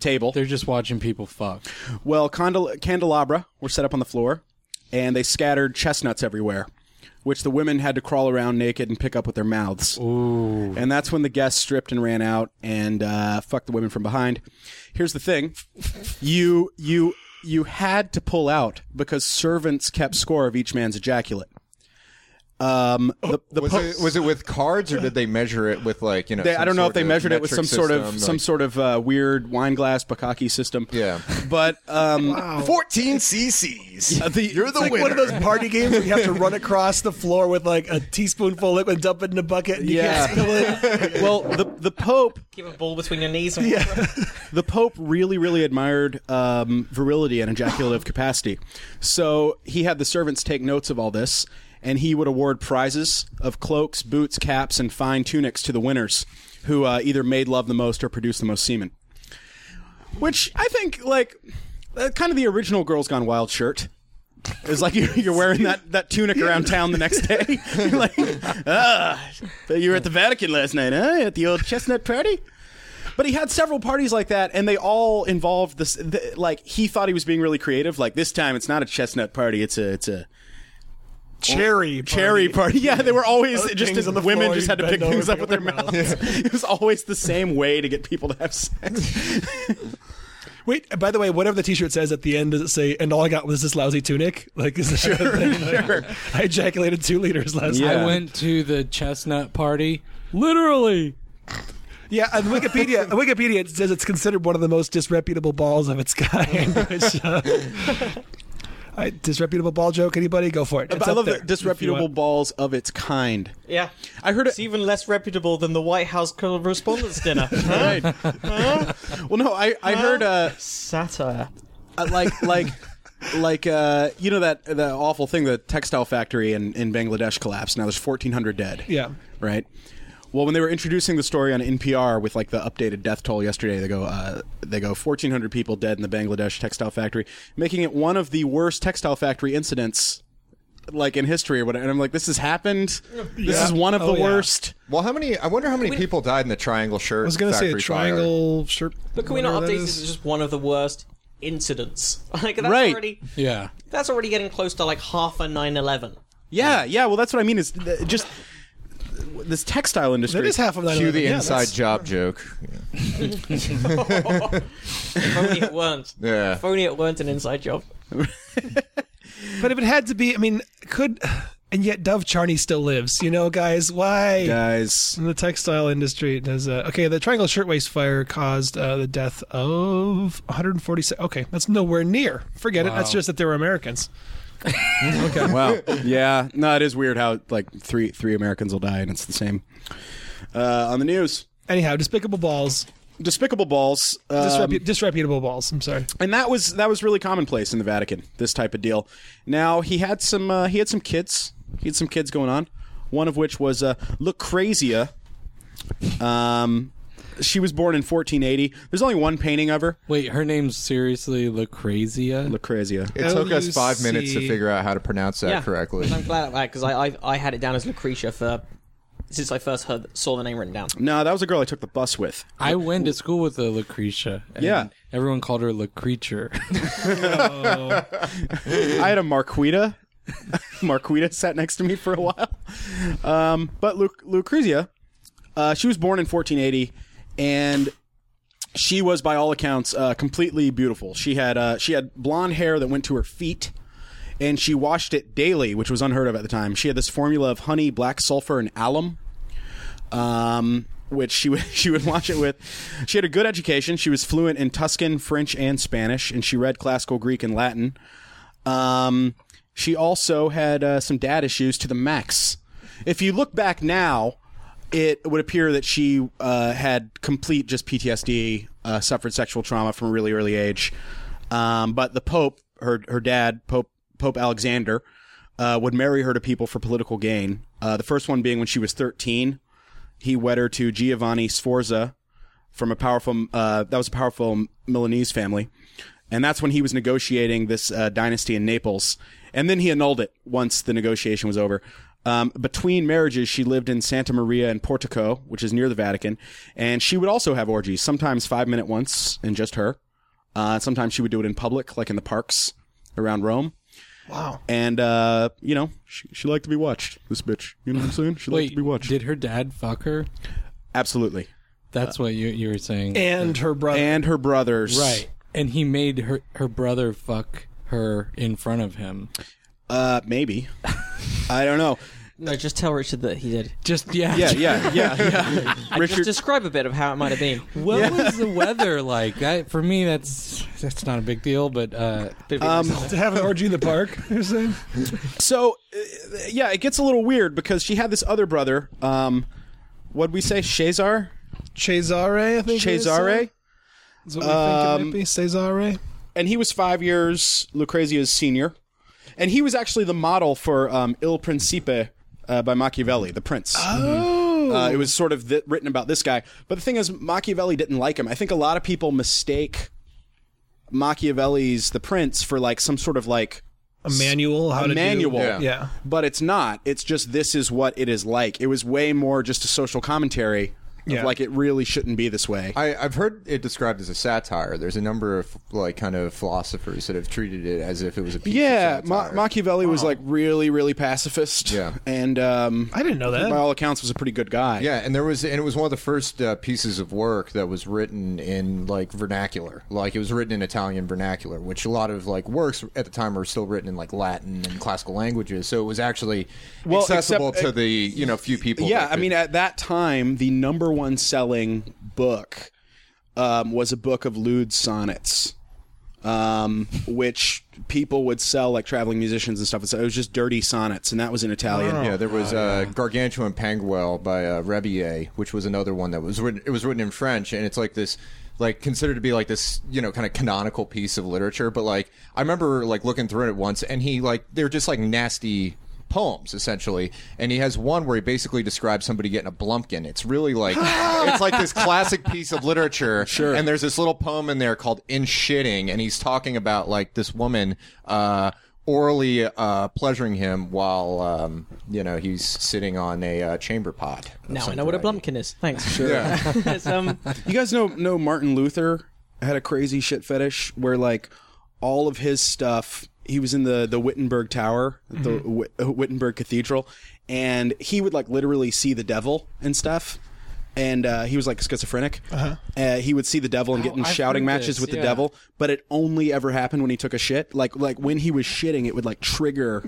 table. They're just watching people fuck. Well, condel- candelabra were set up on the floor, and they scattered chestnuts everywhere, which the women had to crawl around naked and pick up with their mouths. Ooh. And that's when the guests stripped and ran out and uh, fucked the women from behind. Here's the thing: you you you had to pull out because servants kept score of each man's ejaculate. Um, the, the was, po- it, was it with cards or did they measure it with like you know? They, some I don't know if sort they of measured it with some metric sort of system, some like- sort of uh, weird wine glass bukkake system. Yeah. but um, Fourteen CCs. uh, the, You're the like, winner. One of those party games where you have to run across the floor with like a teaspoonful of liquid, dump it in a bucket, and you Yeah. can't spill it. well, the the Pope Keep a ball between your knees. And the Pope really, really admired um, virility and ejaculative capacity. So he had the servants take notes of all this, and he would award prizes of cloaks, boots, caps, and fine tunics to the winners who uh, either made love the most or produced the most semen. Which I think, like, uh, kind of the original Girls Gone Wild shirt. It's like you- you're wearing that, that tunic around town the next day. You're like, ah, so you were at the Vatican last night, huh? At the old chestnut party? But he had several parties like that, and they all involved this. Th- like he thought he was being really creative. Like this time, it's not a chestnut party; it's a it's a Oh, Cherry. cherry party. Yeah, they were always Other just things on the women floor, just you had to bend pick over, things up pick with up their their mouths. it was always the same way to get people to have sex. Wait, by the way, whatever the T-shirt says at the end, does it say? And all I got was this lousy tunic. Like, is sure, sure. I ejaculated two liters last Yeah. night. I went to the chestnut party. Literally. Yeah, on Wikipedia, on Wikipedia it says it's considered one of the most disreputable balls of its kind. Which, uh, I, disreputable ball joke? Anybody? Go for it. It's I up love there the if you disreputable want. balls of its kind. yeah. I heard it. It's even less reputable than the White House Correspondents' Dinner. Right. well, no, I I heard uh, Satire. uh, like like like uh, you know that the awful thing the textile factory in, in Bangladesh collapsed. Now there's 1,400 dead. Yeah. right? Well, when they were introducing the story on NPR with like the updated death toll yesterday, they go uh, they go 1,400 people dead in the Bangladesh textile factory, making it one of the worst textile factory incidents like in history or whatever. And I'm like, this has happened. This is one of Oh, the yeah. worst. Well, how many? I wonder how many people died in the triangle shirt. I was going to say a factory fire. triangle shirt. But can we not whatever that update this is. as just one of the worst incidents? Like that's Right. already Yeah. that's already getting close to like half a 9/11. Yeah, yeah. Well, that's what I mean. Is th- just this textile industry. That is half of that. Cue the Yeah, inside that's- job joke. If only it weren't. Yeah. If only it weren't an inside job. But if it had to be, I mean, could and yet Dove Charney still lives. You know, guys, why? guys. In the textile industry, it does. Uh, okay, the Triangle Shirtwaist Fire caused uh, the death of 146. Okay, that's nowhere near. Forget it. That's just that they were Americans. wow. Yeah. No, it is weird how like three three Americans will die and it's the same. Uh, on the news, Anyhow, despicable balls, Despicable Balls. um, disrepu- disreputable balls. I'm sorry. and that was that was really commonplace in the Vatican. This type of deal. Now he had some uh, he had some kids. He had some kids going on. One of which was uh, Lucrezia. Um, she was born in 1480. There's only one painting of her. Wait, her name's seriously Lucrezia? Lucrezia. It took us five LUC. minutes to figure out how to pronounce that correctly. I'm glad of that because I, I I had it down as Lucretia for since I first heard saw the name written down. No, that was a girl I took the bus with. I went to school with a Lucretia. and Yeah. Everyone called her Lucreature. I had a Marquita. Marquita sat next to me for a while. Um, but Lu- Lucrezia, uh, she was born in 1480, and she was, by all accounts, uh, completely beautiful. She had uh, she had blonde hair that went to her feet, and she washed it daily, which was unheard of at the time. She had this formula of honey, black sulfur, and alum um, which she would she would watch it with. She had a good education. She was fluent in Tuscan, French, and Spanish, and she read classical Greek and Latin. Um, she also had uh, some dad issues to the max. If you look back now, it would appear that she uh, had complete just PTSD, uh, suffered sexual trauma from a really early age. Um, but the Pope, her her dad, Pope Pope Alexander, uh, would marry her to people for political gain. Uh, the first one being when she was thirteen he wed her to Giovanni Sforza from a powerful uh, that was a powerful Milanese family, and that's when he was negotiating this uh, dynasty in Naples. And then he annulled it once the negotiation was over. Um, between marriages, she lived in Santa Maria in Portico, which is near the Vatican, and she would also have orgies, sometimes five minute once, and just her. Uh, sometimes she would do it in public, like in the parks around Rome. Wow. And uh, you know, she, she liked to be watched. This bitch, you know what I'm saying? She liked Wait, to be watched. did her dad fuck her? Absolutely. That's what you you were saying. Eh. And her brother. and her brothers. right. And he made her her brother fuck her in front of him. Uh, maybe. I don't know. No, just tell Richard that he did. Just yeah. Yeah, yeah, yeah, yeah. Just Richard, describe a bit of how it might have been. What was the weather like? That, for me, that's that's not a big deal, but uh, to have an orgy in the park. You're saying? So, uh, yeah, it gets a little weird because she had this other brother. Um, what'd we say? Cesar? Cesare, I think. it is, Cesare? Um, Is what we think it might be. Cesare. And he was five years Lucrezia's senior. And he was actually the model for um, Il Principe uh, by Machiavelli, the prince. Oh. Uh, it was sort of th- written about this guy. But the thing is, Machiavelli didn't like him. I think a lot of people mistake Machiavelli's The Prince for like some sort of like A manual. How to do- manual. Yeah. Yeah. but it's not. It's just this is what it is like. It was way more just a social commentary of Yeah. like it really shouldn't be this way. I, I've heard it described as a satire. There's a number of like kind of philosophers that have treated it as if it was a piece yeah, of Ma- satire. Machiavelli was like really, really pacifist. Yeah. and um, I didn't know that. by all accounts was a pretty good guy. yeah, and there was and it was one of the first uh, pieces of work that was written in like vernacular. Like it was written in Italian vernacular, which a lot of like works at the time were still written in like Latin and classical languages. So it was actually Well, accessible except- uh, to the you know few people. yeah. that I could- mean, at that time, the number one selling book um, was a book of lewd sonnets. Um, which people would sell like traveling musicians and stuff. So It was just dirty sonnets, and that was in Italian. Yeah, there was uh, Gargantuan Panguel by uh, Rebier, which was another one that was written. It was written in French, and it's like this, like considered to be like this, you know, kind of canonical piece of literature. But like, I remember like looking through it once, and he like they're just like nasty poems essentially and he has one where he basically describes somebody getting a blumpkin it's really like it's like this classic piece of literature sure and there's this little poem in there called in shitting and he's talking about like this woman uh orally uh, pleasuring him while um, you know he's sitting on a uh, chamber pot. of Now I some know what a variety. blumpkin is. Thanks. Sure. Yeah. it's, um, You guys know know Martin Luther had a crazy shit fetish where like all of his stuff. He was in the the Wittenberg Tower, the Mm-hmm. Wit- uh, Wittenberg Cathedral, and he would like literally see the devil and stuff. And uh, he was like schizophrenic. Uh-huh. he would see the devil and get in I've shouting heard matches this, with the yeah. devil, but it only ever happened when he took a shit. Like like when he was shitting, it would like trigger,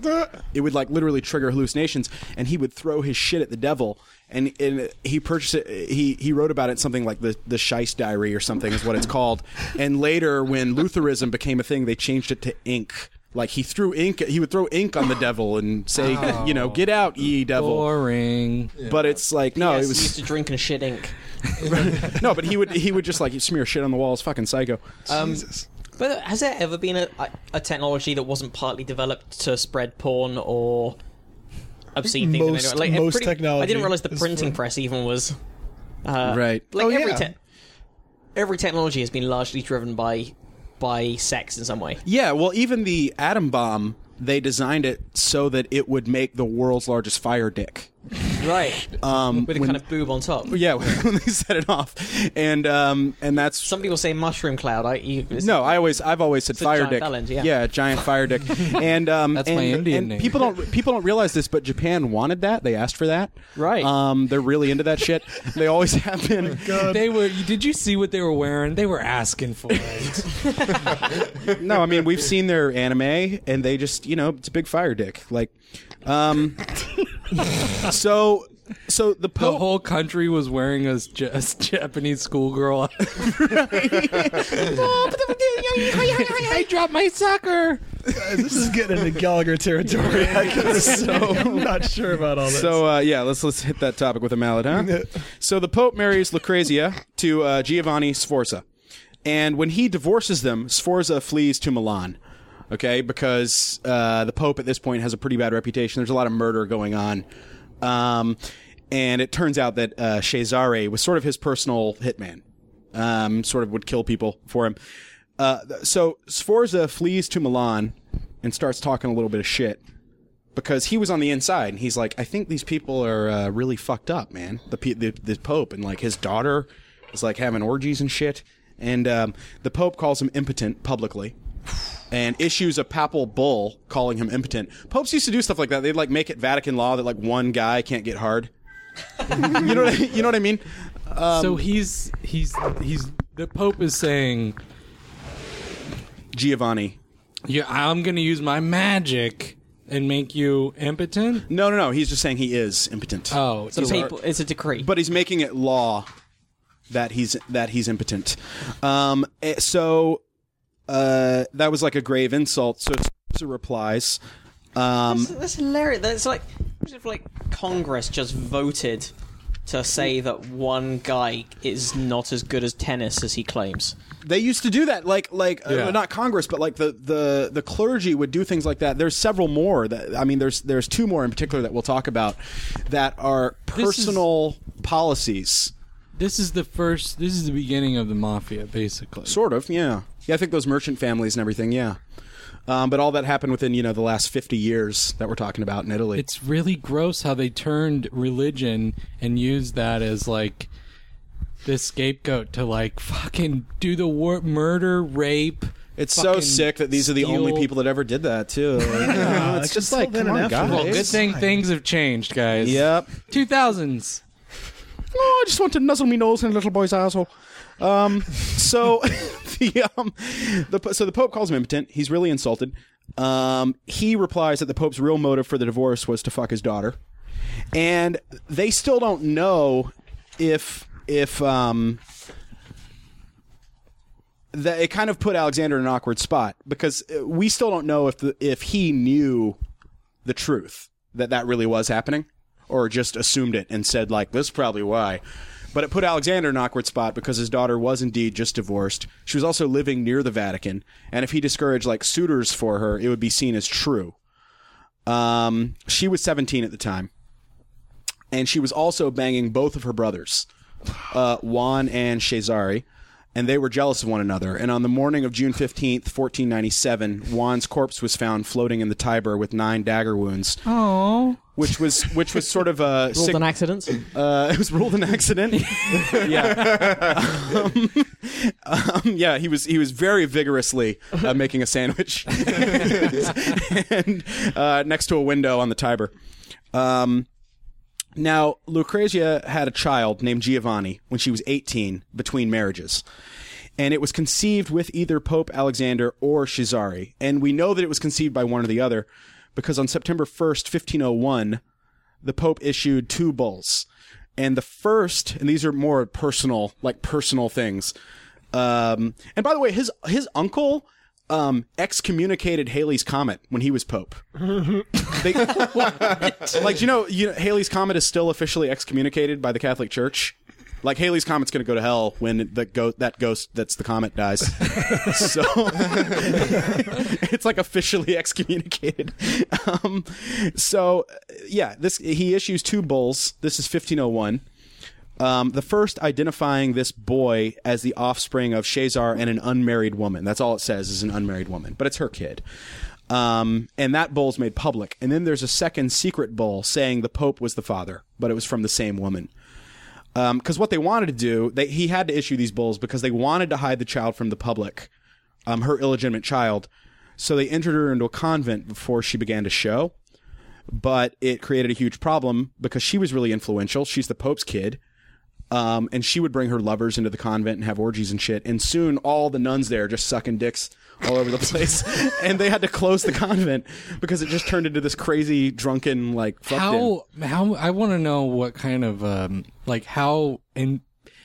it would like literally trigger hallucinations, and he would throw his shit at the devil. And and he purchased it. He he wrote about it something like the the Scheist Diary or something is what it's called. And later, when Lutheranism became a thing, they changed it to ink. Like he threw ink, he would throw ink on the devil and say, you know, get out, ye devil. boring. But it's like no, yes, it he used was to drink and shit ink. no. But he would he would just like smear shit on the walls. Fucking psycho. But has there ever been a, a, a technology that wasn't partly developed to spread porn or obscene things? in Most- anyone? like, most pretty- I technology didn't realize the is printing for- press even was. uh, right. Like Oh, every yeah. te- every technology has been largely driven by by sex in some way. Yeah, well, even the atom bomb, they designed it so that it would make the world's largest fire dick. Right. Um, With a kind of boob on top. Yeah, when they set it off, and um, and that's Some people say mushroom cloud. I you, it's- no. I always, I've always said a fire giant dick. phalanx, yeah. giant fire dick. And um, That's and, my Indian and name. People don't, people don't realize this, but Japan wanted that. They asked for that. Right. Oh Um, they're really into that shit. They always have been. They were. Did you see what they were wearing? They were asking for it. No, I mean we've seen their anime, and they just you know it's a big fire dick. Like, um, so so the the Pope. whole country was wearing a, Ja- a Japanese schoolgirl. I dropped my sucker. Guys, this is getting into Gallagher territory. I guess so. I'm not sure about all this. So uh, yeah, let's let's hit that topic with a mallet, huh? so the Pope marries Lucrezia to uh, Giovanni Sforza, and when he divorces them, Sforza flees to Milan. Okay, because uh, the Pope at this point has a pretty bad reputation. There's a lot of murder going on, um, and it turns out that uh, Cesare was sort of his personal hitman. Um, sort of would kill people for him. Uh, th- so Sforza flees to Milan and starts talking a little bit of shit because he was on the inside and he's like, I think these people are uh, really fucked up, man. The, pe- the the Pope and like his daughter is like having orgies and shit, and um, the Pope calls him impotent publicly. And issues a papal bull calling him impotent. Popes used to do stuff like that. They'd like make it Vatican law that like one guy can't get hard. you know, what I, you know what I mean? so he's he's he's the Pope is saying, Giovanni. "Yeah, I'm going to use my magic and make you impotent? No, no, no. He's just saying he is impotent. Oh, It's a, papal- it's a decree. but he's making it law that he's that he's impotent. Um, eh, so uh, that was like a grave insult. So Spencer replies, um, That's, that's hilarious. That's like what if like Congress just voted to say that one guy is not as good as tennis as he claims. they used to do that, like like Yeah. uh, not Congress, but like the, the the clergy would do things like that. There's several more. That I mean, there's there's two more in particular that we'll talk about that are This is- personal policies. This is the first. This is the beginning of the mafia, basically. Sort of, yeah. Yeah, I think those merchant families and everything, yeah. Um, but all that happened within, you know, the last 50 years that we're talking about in Italy. it's really gross how they turned religion and used that as like this scapegoat to like fucking do the war- murder, rape. It's so fucking sick that these are the only steal. people that ever did that, too. Like, you know, it's it's just still like, then come on, and after. guys. Well, good thing things have changed, guys. Yep. Two thousands. Oh, I just want to nuzzle me nose in a little boy's asshole. Um, so the um, the po- so the Pope calls him impotent. He's really insulted. Um, he replies that the Pope's real motive for the divorce was to fuck his daughter, and they still don't know if if um. That it kind of put Alexander in an awkward spot because uh, we still don't know if the, if he knew the truth that that really was happening or just assumed it and said like this is probably why but it put alexander in an awkward spot because his daughter was indeed just divorced she was also living near the vatican and if he discouraged like suitors for her it would be seen as true um, she was 17 at the time and she was also banging both of her brothers uh, juan and cesare and they were jealous of one another. And on the morning of June 15th, 1497, Juan's corpse was found floating in the Tiber with nine dagger wounds. Oh. Which was which was sort of a Ruled sig- an accident. uh, it was ruled an accident. yeah. Um, um, yeah, he was he was very vigorously uh, making a sandwich and uh, next to a window on the Tiber. Um, now, Lucrezia had a child named Giovanni when she was 18 between marriages. And it was conceived with either Pope Alexander or Cesare. And we know that it was conceived by one or the other because on September 1st, 1501, the Pope issued two bulls. And the first, and these are more personal, like personal things. Um, and by the way, his his uncle um, excommunicated Haley's Comet when he was Pope. they, like you know, you know, Haley's Comet is still officially excommunicated by the Catholic Church. Like Haley's Comet's going to go to hell when the go- that ghost that's the comet dies. so it's like officially excommunicated. Um, so yeah, this he issues two bulls. This is 1501. Um, the first identifying this boy as the offspring of Shazar and an unmarried woman. That's all it says is an unmarried woman, but it's her kid. Um, and that bull's made public. And then there's a second secret bull saying the Pope was the father, but it was from the same woman. Because Um, what they wanted to do, they, he had to issue these bulls because they wanted to hide the child from the public, um, her illegitimate child. So they entered her into a convent before she began to show but it created a huge problem because she was really influential. She's the Pope's kid. Um, and she would bring her lovers into the convent and have orgies and shit. And soon all the nuns there just sucking dicks all over the place. and they had to close the convent because it just turned into this crazy, drunken, like, fucked in. How how I want to know what kind of um like how and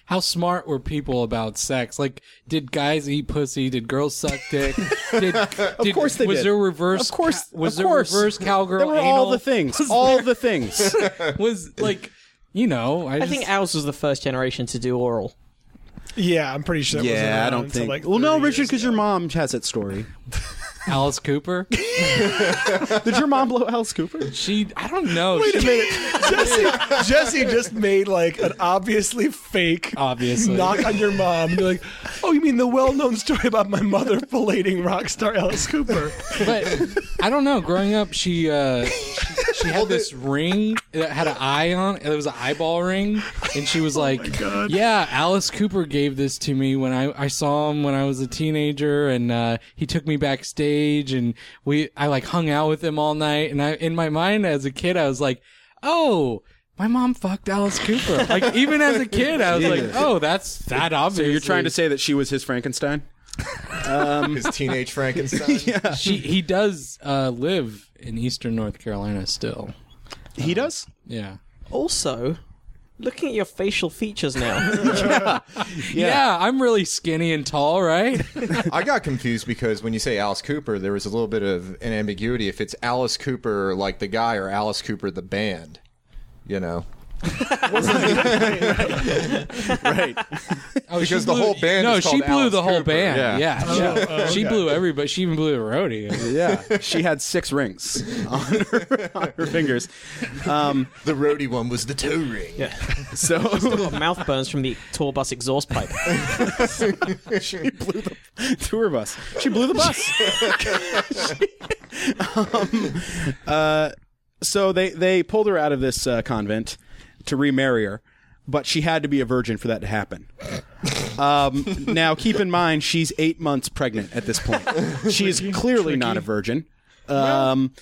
how smart were people about sex? Like, did guys eat pussy? Did girls suck dick? did, of course they was did. there reverse? Of course, cow- was of there course. reverse cowgirl? There were anal? all the things, Was all there- the things. was like, you know, I, I just, think ours was the first generation to do oral. Yeah, I'm pretty sure. That wasn't around until, Like well, no, 30 Richard, years because your mom has that story. Alice Cooper. Did your mom blow Alice Cooper? She, I don't know. She- Wait a minute. Jesse, Jesse just made like an obviously fake Obviously. knock on your mom and be like, oh, you mean the well known story about my mother filleting rock star Alice Cooper? but I don't know. Growing up, she uh, she, she had this ring that had an eye on. It was an eyeball ring, and she was like, "Yeah, Alice Cooper gave this to me when I, I saw him when I was a teenager, and uh, he took me backstage, and we I like hung out with him all night. And I in my mind as a kid, I was like, oh." My mom fucked Alice Cooper. Like even as a kid, I was like, "Oh, that's that obvious." You're trying to say that she was his Frankenstein? his teenage Frankenstein. She, he does uh, live in eastern North Carolina still. He does. Yeah. Also, looking at your facial features now, yeah. I'm really skinny and tall, right? I got confused because when you say Alice Cooper, there was a little bit of an ambiguity if it's Alice Cooper like the guy or Alice Cooper the band. You know, Right. Oh, she Because the blew- whole band No, is she called blew Alice the whole Cooper. band. Yeah. Yeah, she, she blew everybody. She even blew a roadie. yeah. She had six rings on her, on her fingers. the roadie one was the toe ring. So got mouth burns from the tour bus exhaust pipe. she blew the tour bus. She blew the bus. Um, uh, so they they pulled her out of this uh, convent to remarry her, but she had to be a virgin for that to happen. Um, now keep in mind she's eight months pregnant at this point. She is clearly not a virgin. Um,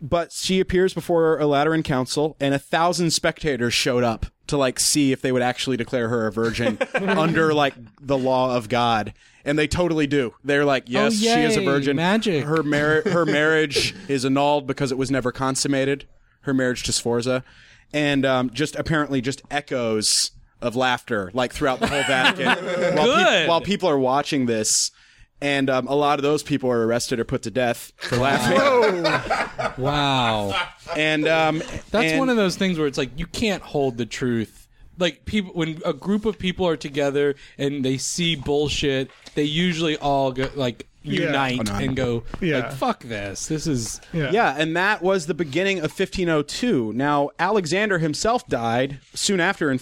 but she appears before a Lateran council, and a thousand spectators showed up to like see if they would actually declare her a virgin under like the law of God, and they totally do. They're like, yes, she is a Oh, yay, virgin. magic. Her mar- her marriage is annulled because it was never consummated. Her marriage to Sforza, and um, just apparently just echoes of laughter like throughout the whole Vatican while, peop- Good. while people are watching this. And um, a lot of those people are arrested or put to death for laughing. Wow. And um, That's and- one of those things where it's like you can't hold the truth. Like people, when a group of people are together and they see bullshit, they usually all go like unite Oh, no, I and go Yeah. like "fuck this." This is Yeah, and that was the beginning of 1502. Now, Alexander himself died soon after in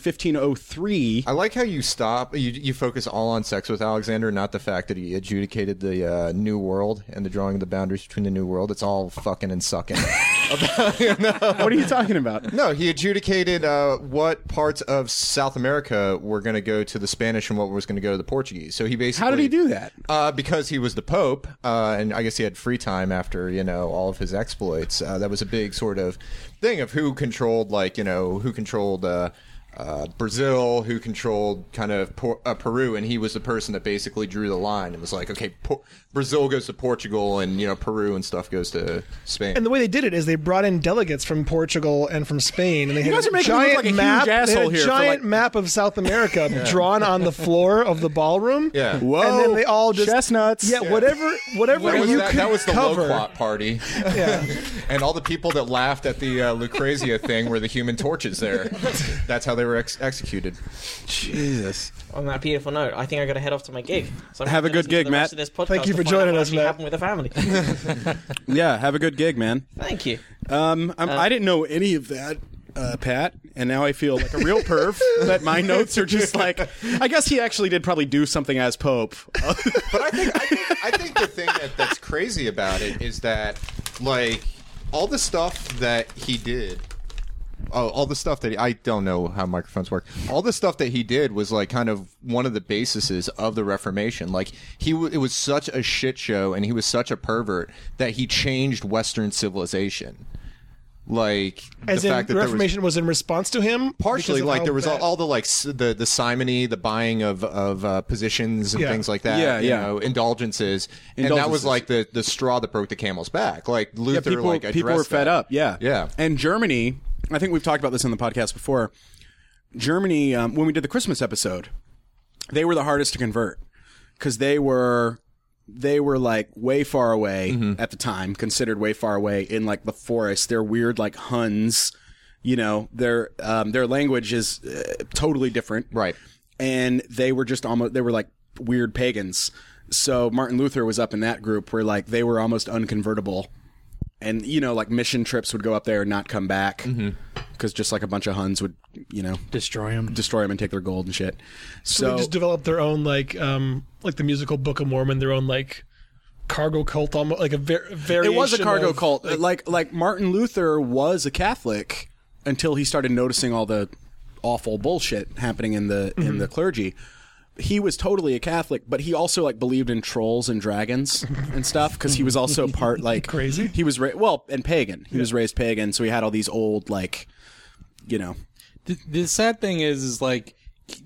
1503. I like how you stop. You, you focus all on sex with Alexander, not the fact that he adjudicated the uh, new world and the drawing of the boundaries between the new world. It's all fucking and sucking. What are you talking about? no, he adjudicated uh, what parts of South America were going to go to the Spanish and what was going to go to the Portuguese. So he basically How did he do that? Uh, because he was the Pope, uh, and I guess he had free time after you know all of his exploits. Uh, that was a big sort of thing of who controlled, like you know, who controlled uh, uh, Brazil, who controlled kind of por- uh, Peru, and he was the person that basically drew the line and was like, okay, por- Brazil goes to Portugal, and you know, Peru and stuff goes to Spain. And the way they did it is they brought in delegates from Portugal and from Spain, and they had guys are a making me look giant like a huge map, they had asshole a here for, giant like- map of South America drawn on the floor of the ballroom. Yeah. and then Whoa, they all just chestnuts. Yeah, whatever, whatever that was, you that, could that was the cover. Loquat party, and all the people that laughed at the uh, Lucrezia thing were the human torches there. That's how they were ex- executed. Jesus. On that beautiful note, I think I got to head off to my gig. So I'm Have a gonna good listen to gig, the Matt. rest of this podcast Thank you to for find out joining what us, actually Matt. happened with the family. Yeah, have a good gig, man. Thank you. Um, I'm, I didn't know any of that. Uh, Pat, and now I feel like a real perv that my notes are just like. I guess he actually did probably do something as Pope. But I think, I think I think the thing that, that's crazy about it is that like all the stuff that he did. Oh, all the stuff that he, I don't know how microphones work. All the stuff that he did was like kind of one of the bases of the Reformation. Like he, w- it was such a shit show, and he was such a pervert that he changed Western civilization. Like As the in, fact the that there was- Reformation was, in response to him. because partially of like how there was all, bad- all the like s- the the simony the buying of of uh, positions and Yeah. things like that Yeah, you yeah. know indulgences. and that Indulgences. was like the the straw that broke the camel's back like luther yeah, people, like people were addressed fed that. up. Yeah, Yeah. And Germany, I think we've talked about this on the podcast before. Germany, um, when we did the Christmas episode, they were the hardest to convert because they were they were like way far away Mm-hmm. at the time, considered way far away in like the forest. They're weird, like Huns. You know, their um, their language is uh, totally different, Right. And they were just almost they were like weird pagans. So Martin Luther was up in that group where like they were almost unconvertible and you know like mission trips would go up there and not come back because Mm-hmm. just like a bunch of huns would you know destroy him. destroy them and take their gold and shit They so just developed their own like, um, like the musical Book of Mormon, their own like cargo cult, almost like a ver- variation. it was a cargo of- cult like like martin luther was a catholic until he started noticing all the awful bullshit happening in the Mm-hmm. in the clergy he was totally a catholic but he also like believed in trolls and dragons and stuff because he was also part like Crazy. he was ra- well and pagan he was raised pagan so he had all these old like you know the, the sad thing is is like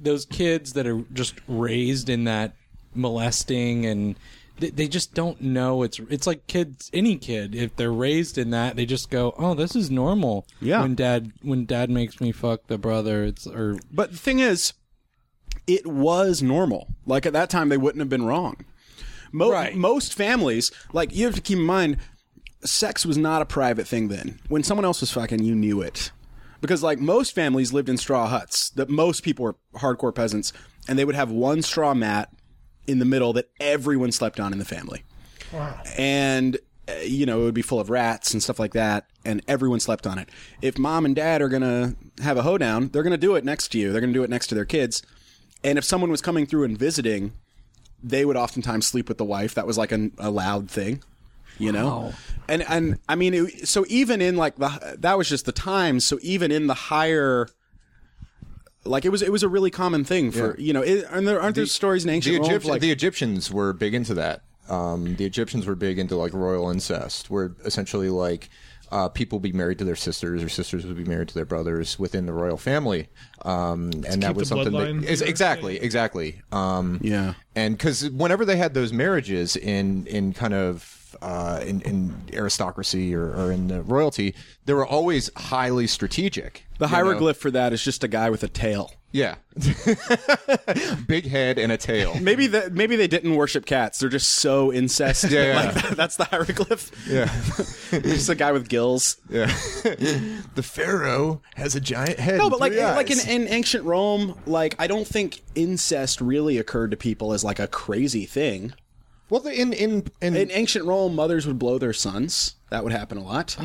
those kids that are just raised in that molesting and they, they just don't know it's it's like kids any kid if they're raised in that they just go oh this is normal Yeah. when dad when dad makes me fuck the brother it's or But the thing is, it was normal. Like at that time, they wouldn't have been wrong. Mo- Right. Most families, like you have to keep in mind, sex was not a private thing then. When someone else was fucking, you knew it. Because like most families lived in straw huts. That most people were hardcore peasants, and they would have one straw mat in the middle that everyone slept on in the family. And uh, you know, it would be full of rats and stuff like that, and everyone slept on it. If mom and dad are gonna have a hoedown, they're gonna do it next to you. They're gonna do it next to their kids. And if someone was coming through and visiting, they would oftentimes sleep with the wife. That was like an, a loud thing, you know. And and I mean, it, so even in like the that was just the times. So even in the higher, like it was it was a really common thing for you know. It, and there aren't there stories in ancient the, Rome of, Egypt- like the Egyptians were big into that. Um, the Egyptians were big into like royal incest, where essentially like uh, people be married to their sisters, or sisters would be married to their brothers within the royal family, um, and that keep was the something. That, bloodline is- pure. exactly, exactly. Um, Yeah. and because whenever they had those marriages in in kind of. Uh, in, in aristocracy or, or in the royalty, they were always highly strategic. the you know? hieroglyph for that is just a guy with a tail. yeah, big head and a tail. Maybe that maybe they didn't worship cats. They're just so incest. Yeah, like, that's the hieroglyph. Yeah. just a guy with gills. the pharaoh has a giant head. No, and but like three eyes. like in, in ancient Rome, like I don't think incest really occurred to people as like a crazy thing. well, the- in in in, In ancient Rome, mothers would blow their sons. That would happen a lot.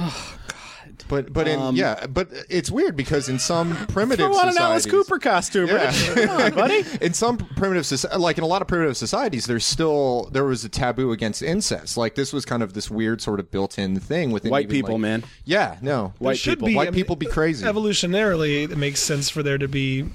but but um, in yeah, but it's weird because in some primitive Throw on an Alice societies, Cooper costume, Yeah. Rich. Come on, buddy. in some primitive soci- like in a lot of primitive societies, there's still there was a taboo against incest. Like this was kind of this weird sort of built-in thing within White even, people, like- man. Yeah, no, White should people. be, white I mean, people be crazy. Evolutionarily, it makes sense for there to be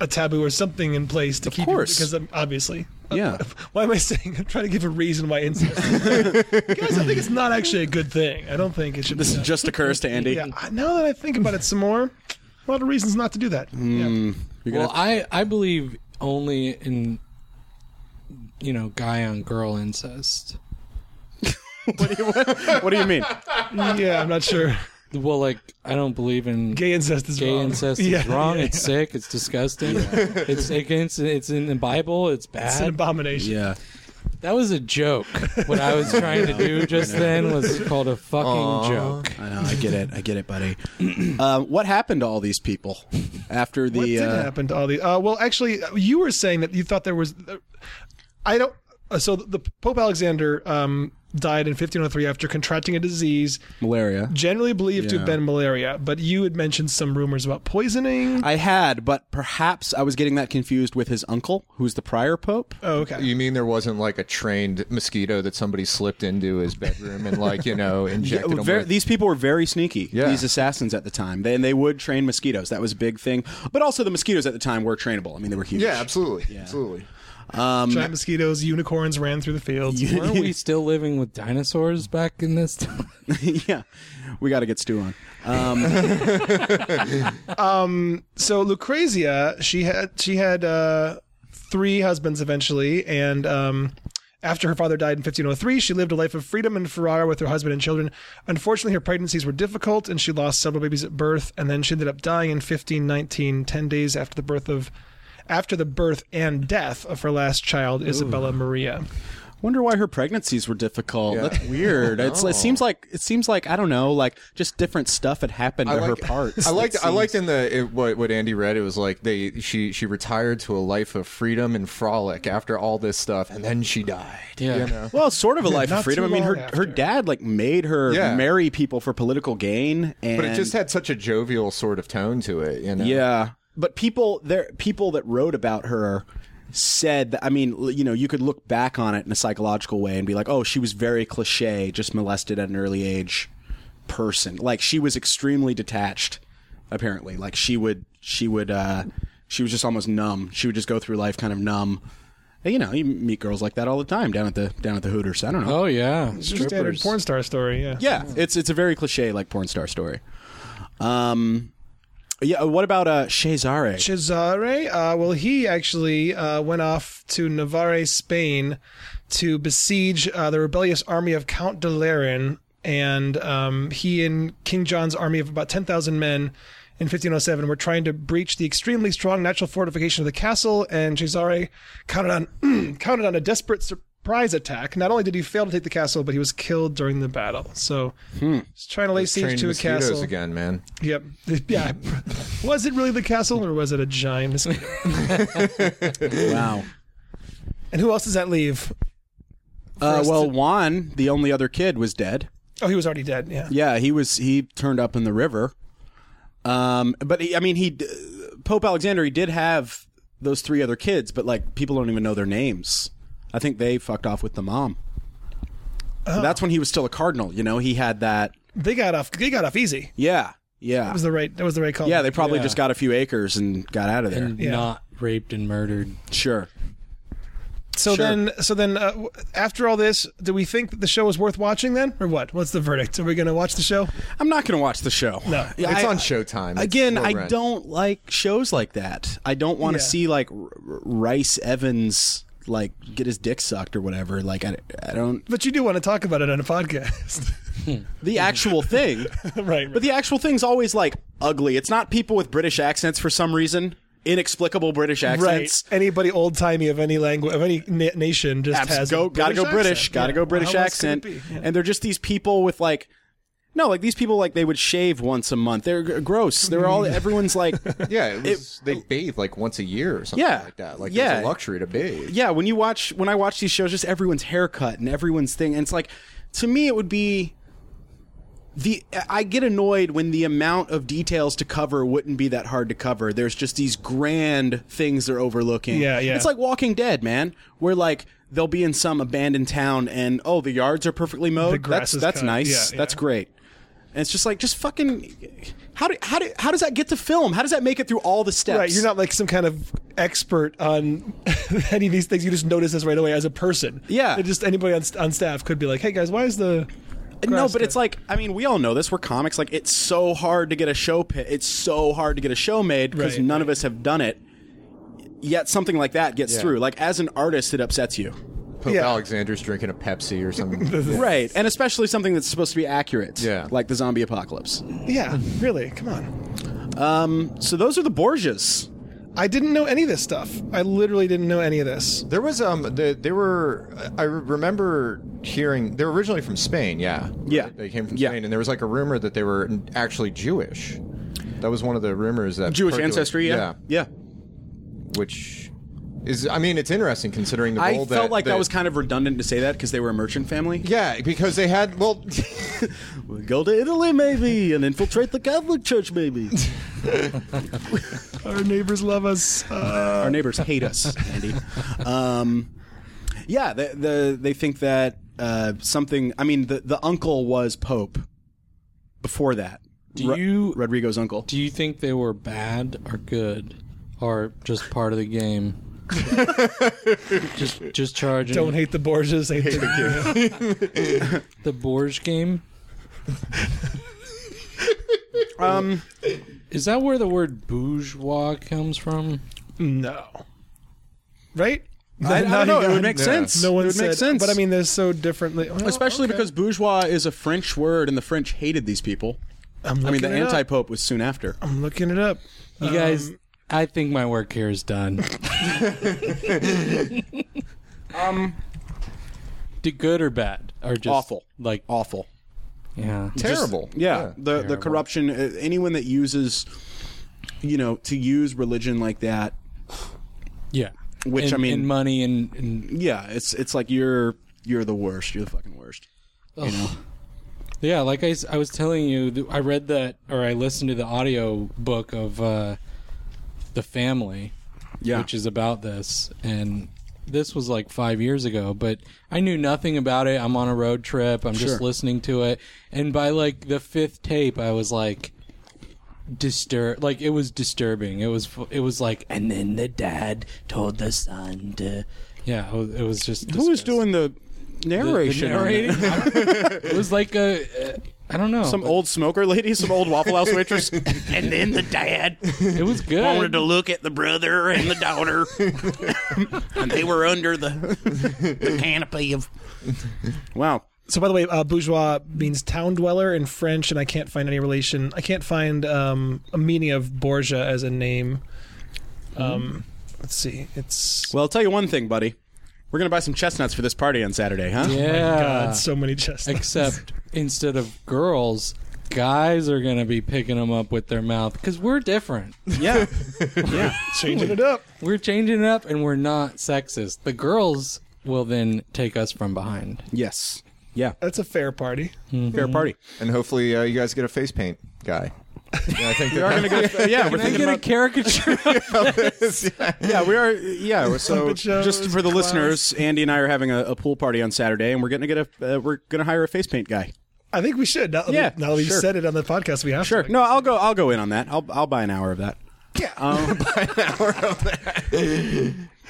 a taboo or something in place to keep course. because um, obviously. Yeah. Why am I saying? I'm trying to give a reason why incest. Guys, I think it's not actually a good thing. I don't think it should. This be done. just occurs to Andy. Yeah. I- Now that I think about it some more, a lot of reasons not to do that. Hmm. Yeah. well i i believe only in you know guy on girl incest What do you mean? Yeah, I'm not sure. well like i don't believe in Gay incest is gay wrong. incest Yeah, is wrong. yeah, it's sick. It's disgusting. It's against. It's in the Bible. It's bad. It's an abomination. Yeah. that was a joke. What I was trying to do just then was called a fucking joke. I know. I get it. I get it, buddy. uh, what happened to all these people after the? What did uh, happen to all these? Uh, well, actually, you were saying that you thought there was. uh, I don't. Uh, so the Pope Alexander um, died in 1503 after contracting a disease malaria. generally believed to have Yeah. been malaria, but you had mentioned some rumors about poisoning. I had, but perhaps I was getting that confused with his uncle, who's the prior pope. oh, okay. you mean there wasn't like a trained mosquito that somebody slipped into his bedroom and like you know injected him Ver- with- these people were very sneaky. Yeah. These assassins at the time, they, and they would train mosquitoes. That was a big thing. But also, the mosquitoes at the time were trainable. I mean, they were huge. Yeah, absolutely, absolutely. um, Giant mosquitoes, unicorns ran through the fields. Weren't we still living with dinosaurs back in this time? yeah. We got to get Stu on. so Lucrezia, she had she had uh, three husbands eventually, and um, after her father died in 1503, she lived a life of freedom in Ferrara with her husband and children. Unfortunately, her pregnancies were difficult, and she lost several babies at birth. And then she ended up dying in 1519, ten days after the birth of. After the birth and death of her last child, Isabella Maria. Wonder why her pregnancies were difficult. That's weird. It's, it seems like it seems like I don't know, like just different stuff had happened to her parts. I It liked. I seems- liked in the it, what what Andy read. It was like they she she retired to a life of freedom and frolic after all this stuff, and then she died. Yeah. you know? Well, sort of a life not of freedom. I too mean, her her long after. dad like made her Yeah. marry people for political gain, and but it just had such a jovial sort of tone to it. You know, Yeah, but people there, people that wrote about her said that. I mean, l- you know, you could look back on it in a psychological way and be like, oh, she was very cliche, just molested at an early age, person. Like she was extremely detached. Apparently, like she would, she would, uh, she was just almost numb. She would just go through life kind of numb. And, You know, you meet girls like that all the time down at the down at the Hooters. I don't know. Oh yeah, It's your standard strippers. porn star story, yeah. Yeah, it's it's a very cliche like porn star story. Um, Yeah. What about uh, Cesare? Cesare, uh, well, he actually uh, went off to Navarre, Spain, to besiege uh, the rebellious army of Count Dalaran, and um, he and King John's army of about ten thousand men. In 1507, were trying to breach the extremely strong natural fortification of the castle, and Cesare counted on counted on a desperate surprise attack. Not only did he fail to take the castle, but he was killed during the battle. So, he's trying to lay siege Hmm. Trained to a mosquitoes castle. again, man. Yep. Yeah. was it really the castle, or was it a giant mosquito? Wow. And who else does that leave? Uh, well, Juan, the only other kid, was dead. Oh, he was already dead. Yeah. Yeah, he was. He turned up in the river. Um, but he, I mean, he d- Pope Alexander. He did have those three other kids, but like people don't even know their names. I think they fucked off with the mom. Oh. That's when he was still a cardinal. You know, he had that. They got off. They got off easy. Yeah, yeah, That was the right. That was the right call. yeah. They probably Yeah. just got a few acres and got out of there. And Not raped and murdered. Sure. So sure. then, so then, uh, w- after all this, do we think that the show is worth watching then, or what? What's the verdict? Are we going to watch the show? I'm not going to watch the show. No. Yeah, It's I- on Showtime. It's Again, low I rent. don't like shows like that. I don't want to Yeah. see like R- R- Rice Evans like get his dick sucked or whatever. Like I, I don't But you do want to talk about it on a podcast, the actual thing. right? But the actual thing's always like ugly. It's not people with British accents for some reason. Inexplicable British right. accents. Anybody old timey of any language of any na- nation just Abs- has go, a gotta go British, accent. gotta Yeah. go British How else could it accent. be? Yeah. And they're just these people with like, no, like these people like they would shave once a month. They're g- gross. They're all everyone's like, Yeah, it was, they bathe like once a year or something Yeah. like that. Like Yeah. it's a luxury to bathe. yeah, when you watch when I watch these shows, just everyone's haircut and everyone's thing, and it's like to me it would be the I get annoyed when the amount of details to cover wouldn't be that hard to cover. There's just these grand things they're overlooking. Yeah, yeah. It's like Walking Dead, man. Where like they'll be in some abandoned town and oh the yards are perfectly mowed. The grass that's is that's cut. nice. Yeah, That's yeah. great. And it's just like just fucking how do how do how does that get to film? How does that make it through all the steps? Right, you're not like some kind of expert on any of these things. You just notice this right away as a person. Yeah. It just anybody on, on staff could be like, "Hey guys, why is the no, grass but cut?" it's like I mean, we all know this. We're comics. Like it's so hard to get a show pit. It's so hard to get a show made because Right, none of us have done it. Yet something like that gets through. Like as an artist, it upsets you, Pope Yeah. Alexander's drinking a Pepsi or something. right? And especially something that's supposed to be accurate, Yeah. like the zombie apocalypse. yeah, really? Come on." So those are the Borgias. I didn't know any of this stuff. I literally didn't know any of this. there was um, the, they were. I remember hearing they were originally from Spain. Yeah, Yeah. they came from Yeah. Spain, and there was like a rumor that they were actually Jewish. That was one of the rumors that Jewish percolated- ancestry, yeah, yeah. which is I mean it's interesting considering the I role felt that like that, was kind of redundant to say that because they were a merchant family. yeah because they had well We'll go to Italy maybe and infiltrate the Catholic Church maybe. Our neighbors love us. Uh, our neighbors hate us, Andy. Um, yeah, the, the they think that uh, something. I mean, the the uncle was pope before that. Do you- Rodrigo's uncle? Do you think they were bad or good, or just part of the game? just, just charging. don't hate the Borgias. Hate the the Borge game. um, Is that where the word bourgeois comes from? no. Right? I, I don't know. It would make Yeah. sense. No one it would said, make sense. But I mean, they're so differently. well, especially okay. because bourgeois is a French word, and the French hated these people. I'm I mean, the looking it up. anti pope was soon after. I'm looking it up. You Um, guys, I think my work here is done. um, did good or bad or just Um, Awful. Like Awful. yeah, terrible Yeah, the the corruption. uh, Anyone that uses, you know, to use religion like that yeah. Which, And- I mean- and money and, and Yeah, it's it's like you're you're the worst. You're the fucking worst. ugh. yeah. Like I, s- I was telling you, th- I read that or I listened to the audio book of uh, the family. Yeah, which is about this and this was like five years ago but i knew nothing about it i'm on a road trip i'm Sure. just listening to it and by like the fifth tape i was like disturb like it was disturbing it was fu- it was like and then the dad told the son to yeah it was, it was just who was doing disgusting. the narration. on narrating. that. I don't- it was like a, uh, I don't know. Some old smoker lady, some old Waffle House waitress. and then the dad it was good. wanted to look at the brother and the daughter. and they were under the, the canopy of. Wow. So, by the way, uh, bourgeois means town dweller in French, and I can't find any relation. I can't find um, a meaning of Borgia as a name. Um, let's see. It's Well, I'll tell you one thing, buddy. We're going to buy some chestnuts for this party on Saturday, huh? yeah. Uh, God, uh, so many chestnuts. Except instead of girls, guys are going to be picking them up with their mouth because we're different. Yeah. Changing it up. We're changing it up and we're not sexist. The girls will then take us from behind. yes. Yeah. That's a fair party. Mm-hmm. Fair party. And hopefully, uh, you guys get a face paint guy. Yeah, I think We are that, going to go. Yeah, we're Can I thinking get a about. caricature? Yeah, we are. Yeah, we're- so Puppet shows, just for the listeners, Andy and I are having a, a pool party on Saturday, and we're going to get a. Uh, we're going to hire a face paint guy. I think we should. Now that, Yeah, we, now that we've sure. said it on the podcast, we have Sure. to. No, I'll go. I'll go in on that. I'll I'll buy an hour of that.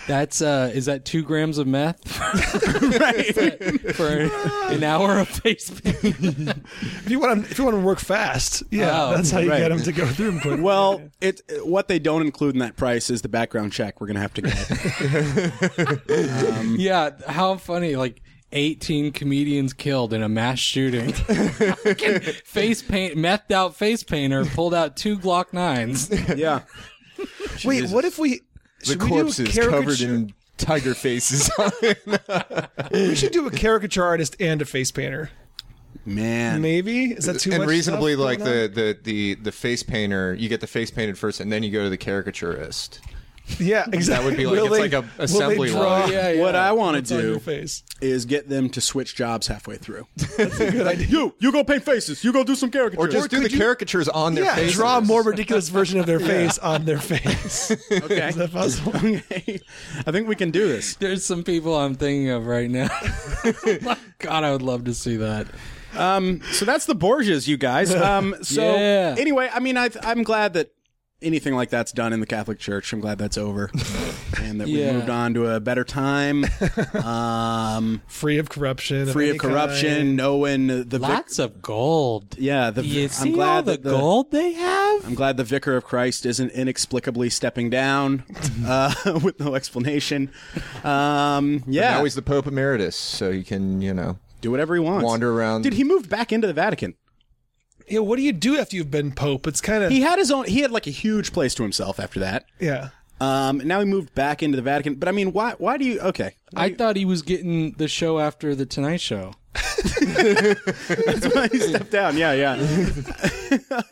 That's uh, is that two grams of meth for an hour of face paint? If you want, to, if you want to work fast, yeah, Oh, that's how you right. get them to go through them quick. Well, it what they don't include in that price is the background check we're going to have to get. Yeah, how funny! Like eighteen comedians killed in a mass shooting. face paint, methed out face painter pulled out two Glock nines. yeah. wait, what if we? the should we do a corpse is covered caricature- in tiger faces. We should do a caricature artist and a face painter. Man. Maybe is that too and much? reasonably, stuff like going the, the, the, the face painter, you get the face painted first, and then you go to the caricaturist. on? yeah, exactly. That would be like- Will it's they- like a will they assembly draw line. Oh, Yeah, yeah. What I want what's to on your do face? is get them to switch jobs halfway through. You you go paint faces. You go do some caricatures. Or just do the caricatures on their Yeah, faces. draw a more ridiculous version of their face on their face. Okay. Is that possible? okay. I think we can do this. There's some people I'm thinking of right now. God, I would love to see that. So that's the Borgias, you guys. Um, so Yeah. anyway, I mean, I, I'm glad that anything like that's done in the Catholic Church. I'm glad that's over, and that Yeah. we moved on to a better time, Free of corruption. of free of any kind. corruption, knowing the vic- Lots of gold. yeah. The, You see I'm glad all the, that the gold they have. I'm glad the vicar of Christ isn't inexplicably stepping down uh, with no explanation. Um, yeah, Yeah. Now he's the Pope Emeritus, so he can, you know. do whatever he wants. wander around. Dude, he moved back into the Vatican. Yeah, what do you do after you've been pope? It's kind of He had his own. He had like a huge place to himself after that. yeah. Um, now he moved back into the Vatican. But I mean, why? Why do you? Okay, I thought he was getting the show after the Tonight Show. that's why he stepped down. Yeah, yeah.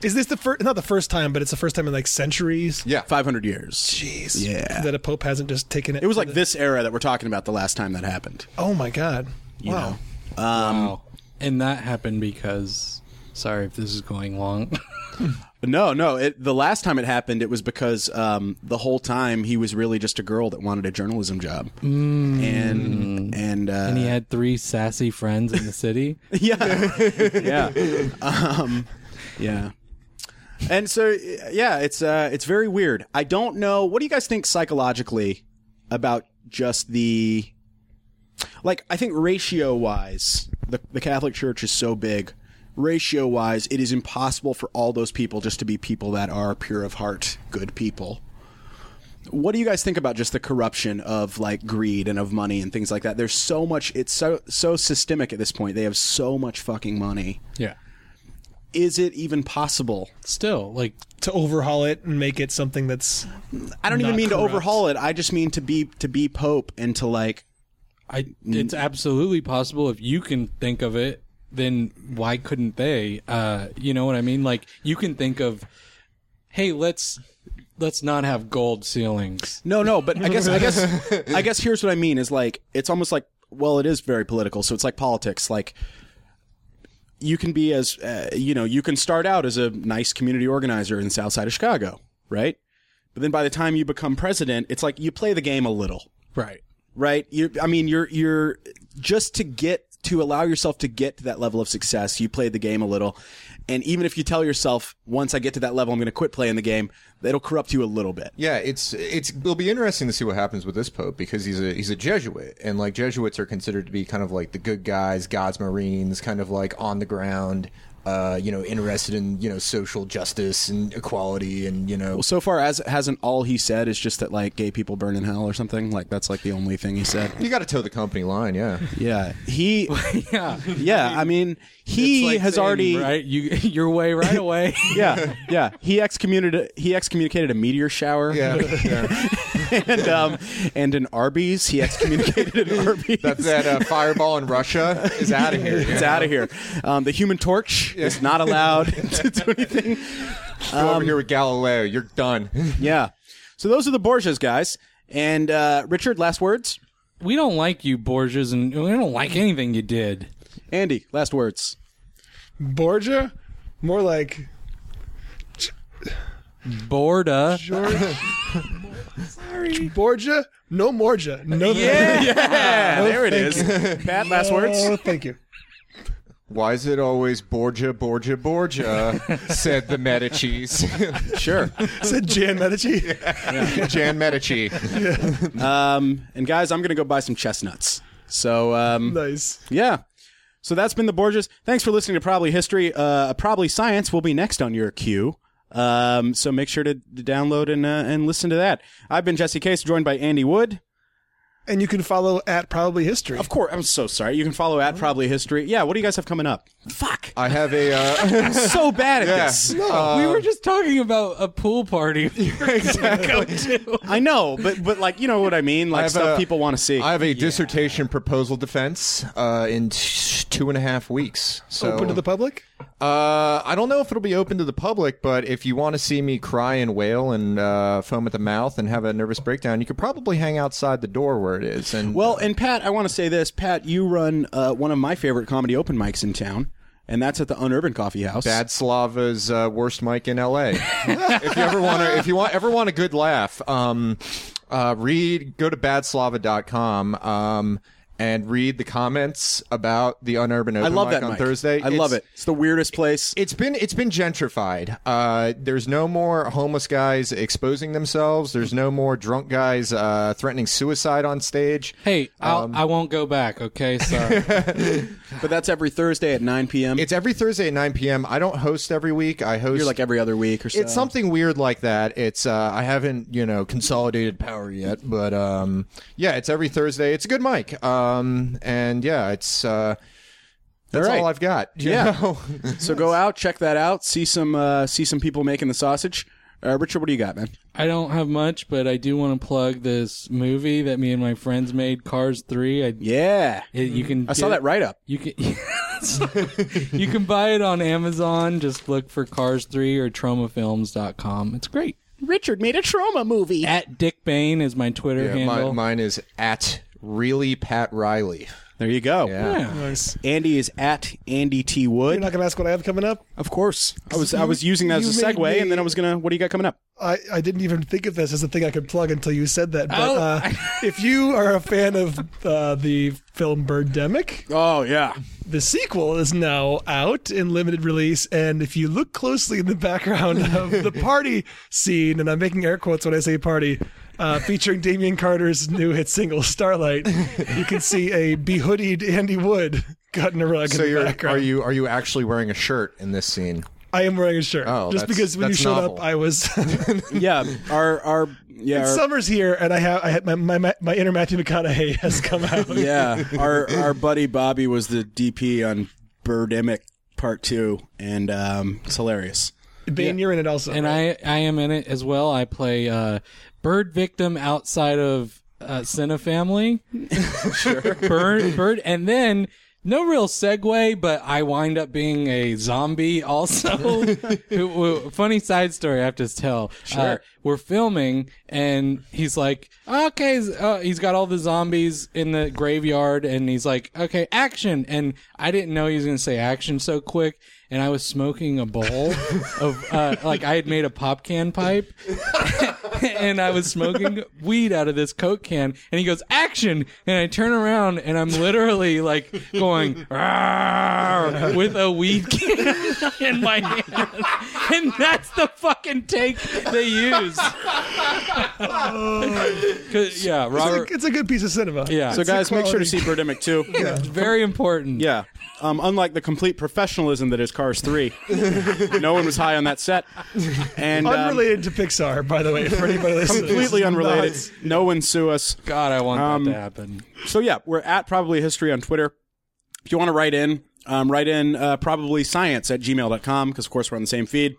Is this the first? Not the first time, but it's the first time in like centuries. Yeah. Five hundred years. Jeez. Yeah. That a pope hasn't just taken it. It was like this era that we're talking about. The last time that happened. Oh my god. Wow. wow. And that happened because. Sorry if this is going long. No, no. It, the last time it happened, it was because um, the whole time he was really just a girl that wanted a journalism job, and and, uh, Mm. and he had three sassy friends in the city. yeah, yeah, um, yeah. And so, yeah, it's uh, it's very weird. I don't know. What do you guys think psychologically about just the like? I think ratio wise, the the Catholic Church is so big. Ratio wise, it is impossible for all those people just to be people that are pure of heart, good people. What do you guys think about just the corruption of like greed and of money and things like that? There's so much. It's so so systemic at this point. They have so much fucking money. yeah. Is it even possible Still, like, To overhaul it and make it something that's I don't even not mean to corrupt. overhaul it. I just mean to be to be Pope and to like. I Mm. it's absolutely possible if you can think of it, then why couldn't they? Uh, you know what I mean? Like, you can think of, hey, let's let's not have gold ceilings. No, no, but I guess I guess I guess here's what I mean is like it's almost like well, it is very political, so it's like politics. Like you can be as uh, you know, you can start out as a nice community organizer in the South Side of Chicago, right? But then by the time you become president, it's like you play the game a little. Right. right? You, I mean, you're you're just to get to allow yourself to get to that level of success. You played the game a little, And even if you tell yourself, once I get to that level, I'm going to quit playing the game, it'll corrupt you a little bit. Yeah, it's it's it'll be interesting to see what happens with this pope because he's a he's a Jesuit and like Jesuits are considered to be kind of like the good guys, God's Marines, kind of like on the ground, uh, you know, interested in you know social justice and equality and you know. So far, as hasn't all he said is just that like gay people burn in hell or something. Like that's like the only thing he said. You got to toe the company line, yeah. Yeah, he. yeah. Yeah, I mean, he It's like has saying, already. right you your way right away. Yeah, yeah. He excommunicated. He excommunicated a meteor shower. Yeah, yeah. and um, and an Arby's. He excommunicated an Arby's. That, that uh, fireball in Russia is out of here. It's out of here. Um, the Human Torch is not allowed to do anything. Go Um, over here with Galileo. You're done. Yeah. So those are the Borgias, guys. And uh, Richard, last words. we don't like you, Borgias, and we don't like anything you did. Andy, last words. Borgia? More like Borda. Borgia? No Morgia. No Yeah, there it is. Pat, last words. Oh, thank you. Why is it always Borgia, Borgia, Borgia? said the Medicis. Sure. Said Jan Medici. Jan Medici. Um, and guys, I'm gonna go buy some chestnuts. So um, Nice. Yeah. So that's been the Borges. Thanks for listening to Probably History. Uh, Probably Science will be next on your queue. Um, so make sure to, to download and uh, and listen to that. I've been Jesse Case, joined by Andy Wood. And you can follow at Probably History. Of course, I'm so sorry. You can follow at Probably History. Yeah. What do you guys have coming up? Fuck. I have a. Uh, So bad at Yeah. this. we were just talking about a pool party. I know, but but like you know what I mean. Like have stuff a- people want to see. I have a dissertation proposal defense uh, in t- two and a half weeks. So, Open to the public? Uh, I don't know if it'll be open to the public, but if you want to see me cry and wail and uh, foam at the mouth and have a nervous breakdown, you could probably hang outside the door where it is. And Well, and Pat, I want to say this. Pat, you run uh, one of my favorite comedy open mics in town, and that's at the Unurban Coffee House. Bad Slava's uh, worst mic in L.A. if you ever want to, if you want ever want a good laugh, um, uh, read go to badslava.com um, and read the comments about the unurban open I love mic that on mic. Thursday. I love it. It's- It's the weirdest place. It's been it's been gentrified. Uh, there's no more homeless guys exposing themselves. There's no more drunk guys uh, threatening suicide on stage. hey, I'll, um, I won't go back. Okay, sorry. But that's every Thursday at 9 p.m. It's every Thursday at 9 p.m. I don't host every week. I host You're like every other week or so. it's something weird like that. It's uh, I haven't you know consolidated power yet, but um, yeah, it's every Thursday. It's a good mic, um, and yeah, it's uh, that's All right. all I've got. you Yeah. know? So go out, check that out, see some uh, see some people making the sausage. Uh, Richard, what do you got, man? I don't have much, but I do want to plug this movie that me and my friends made, Cars Three. I, Yeah, it- you can. I saw get- that write up. You can. you can buy it on Amazon. Just look for Cars Three or TromaFilms.com. It's great. Richard made a trauma movie. At Dick Bain is my Twitter Yeah, handle. mine, mine is at really Pat Riley. There you go. Yeah. Nice. Andy is at Andy T Wood. You're not going to ask what I have coming up? of course, I was I was using that as a you made segue, me- and then I was gonna. What do you got coming up? I, I didn't even think of this as a thing I could plug until you said that. But Oh. uh, if you are a fan of uh, the film Birdemic, Oh yeah, the sequel is now out in limited release. And if you look closely in the background of the party scene, and I'm making air quotes when I say party, uh, featuring Damian Carter's new hit single Starlight, you can see a behoodied Andy Wood cut in a rug So in the you're background. are you are you actually wearing a shirt in this scene? I am wearing a shirt. Oh, just that's- because when you that's showed novel. up, I was. yeah. Our our yeah. our- Summer's here, and I have I had my, my my inner Matthew McConaughey has come out. yeah, our our buddy Bobby was the DP on Birdemic Part Two, and um, it's hilarious. Bane, you're in it also. and I I am in it as well. I play uh, bird victim outside of uh, Cine Family. sure, bird bird, and then no real segue, but I wind up being a zombie also. Who- who- Funny side story I have to tell. Sure, we're filming, and he's like, okay, z- uh, he's got all the zombies in the graveyard, and he's like, okay, action, and I didn't know he was gonna say action so quick. And I was smoking a bowl of uh, like I had made a pop can pipe, and I was smoking weed out of this Coke can, and he goes, "Action!" And I turn around, and I'm literally like going "Rawr," with a weed can in my hand, and that's the fucking take they use. 'Cause- yeah, It's, Robert. a, it's a good piece of cinema. Yeah, So, guys, make sure to quality. see Birdemic 2. yeah. very important. Um, unlike the complete professionalism that is Cars 3, no one was high on that set. And um, Unrelated to Pixar, by the way, for anybody listening. completely It's unrelated. not- No one sue us. God, I want Um, that to happen. So yeah, we're at probably history on Twitter. If you want to write in, um, write in uh, probably science at gmail.com because of course we're on the same feed.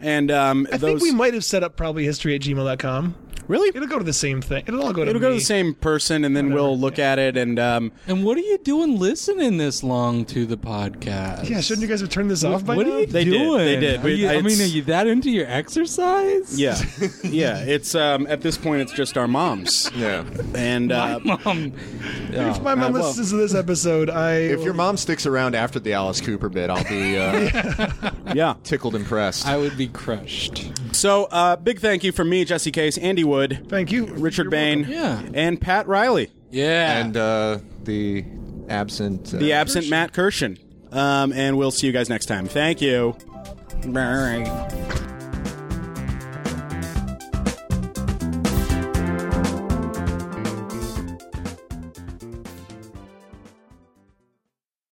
And um, I those think we might have set up probably history at gmail.com. really It'll go to the same thing. It'll all go to it'll go to me. the same person, and then we'll look at it. And um, And what are you doing listening this long to the podcast? Yeah, shouldn't you guys have turned this off by What now? are you They did, doing? they did. Are We- you- I mean, it's- are you that into your exercise? yeah, yeah, it's um, at this point it's just our moms. Yeah. And uh, Mom, if my Oh, mom well. listens to this episode, I If your mom sticks around after the Alice Cooper bit, I'll be uh, yeah, tickled impressed. I would be crushed. so uh, big thank you from me, Jesse Case, Andy Wood, thank you, Richard You're Bain, welcome. Yeah. and Pat Riley. Yeah. and uh, the absent. Uh, the absent Matt Kirshen. Um, and we'll see you guys next time. Thank you.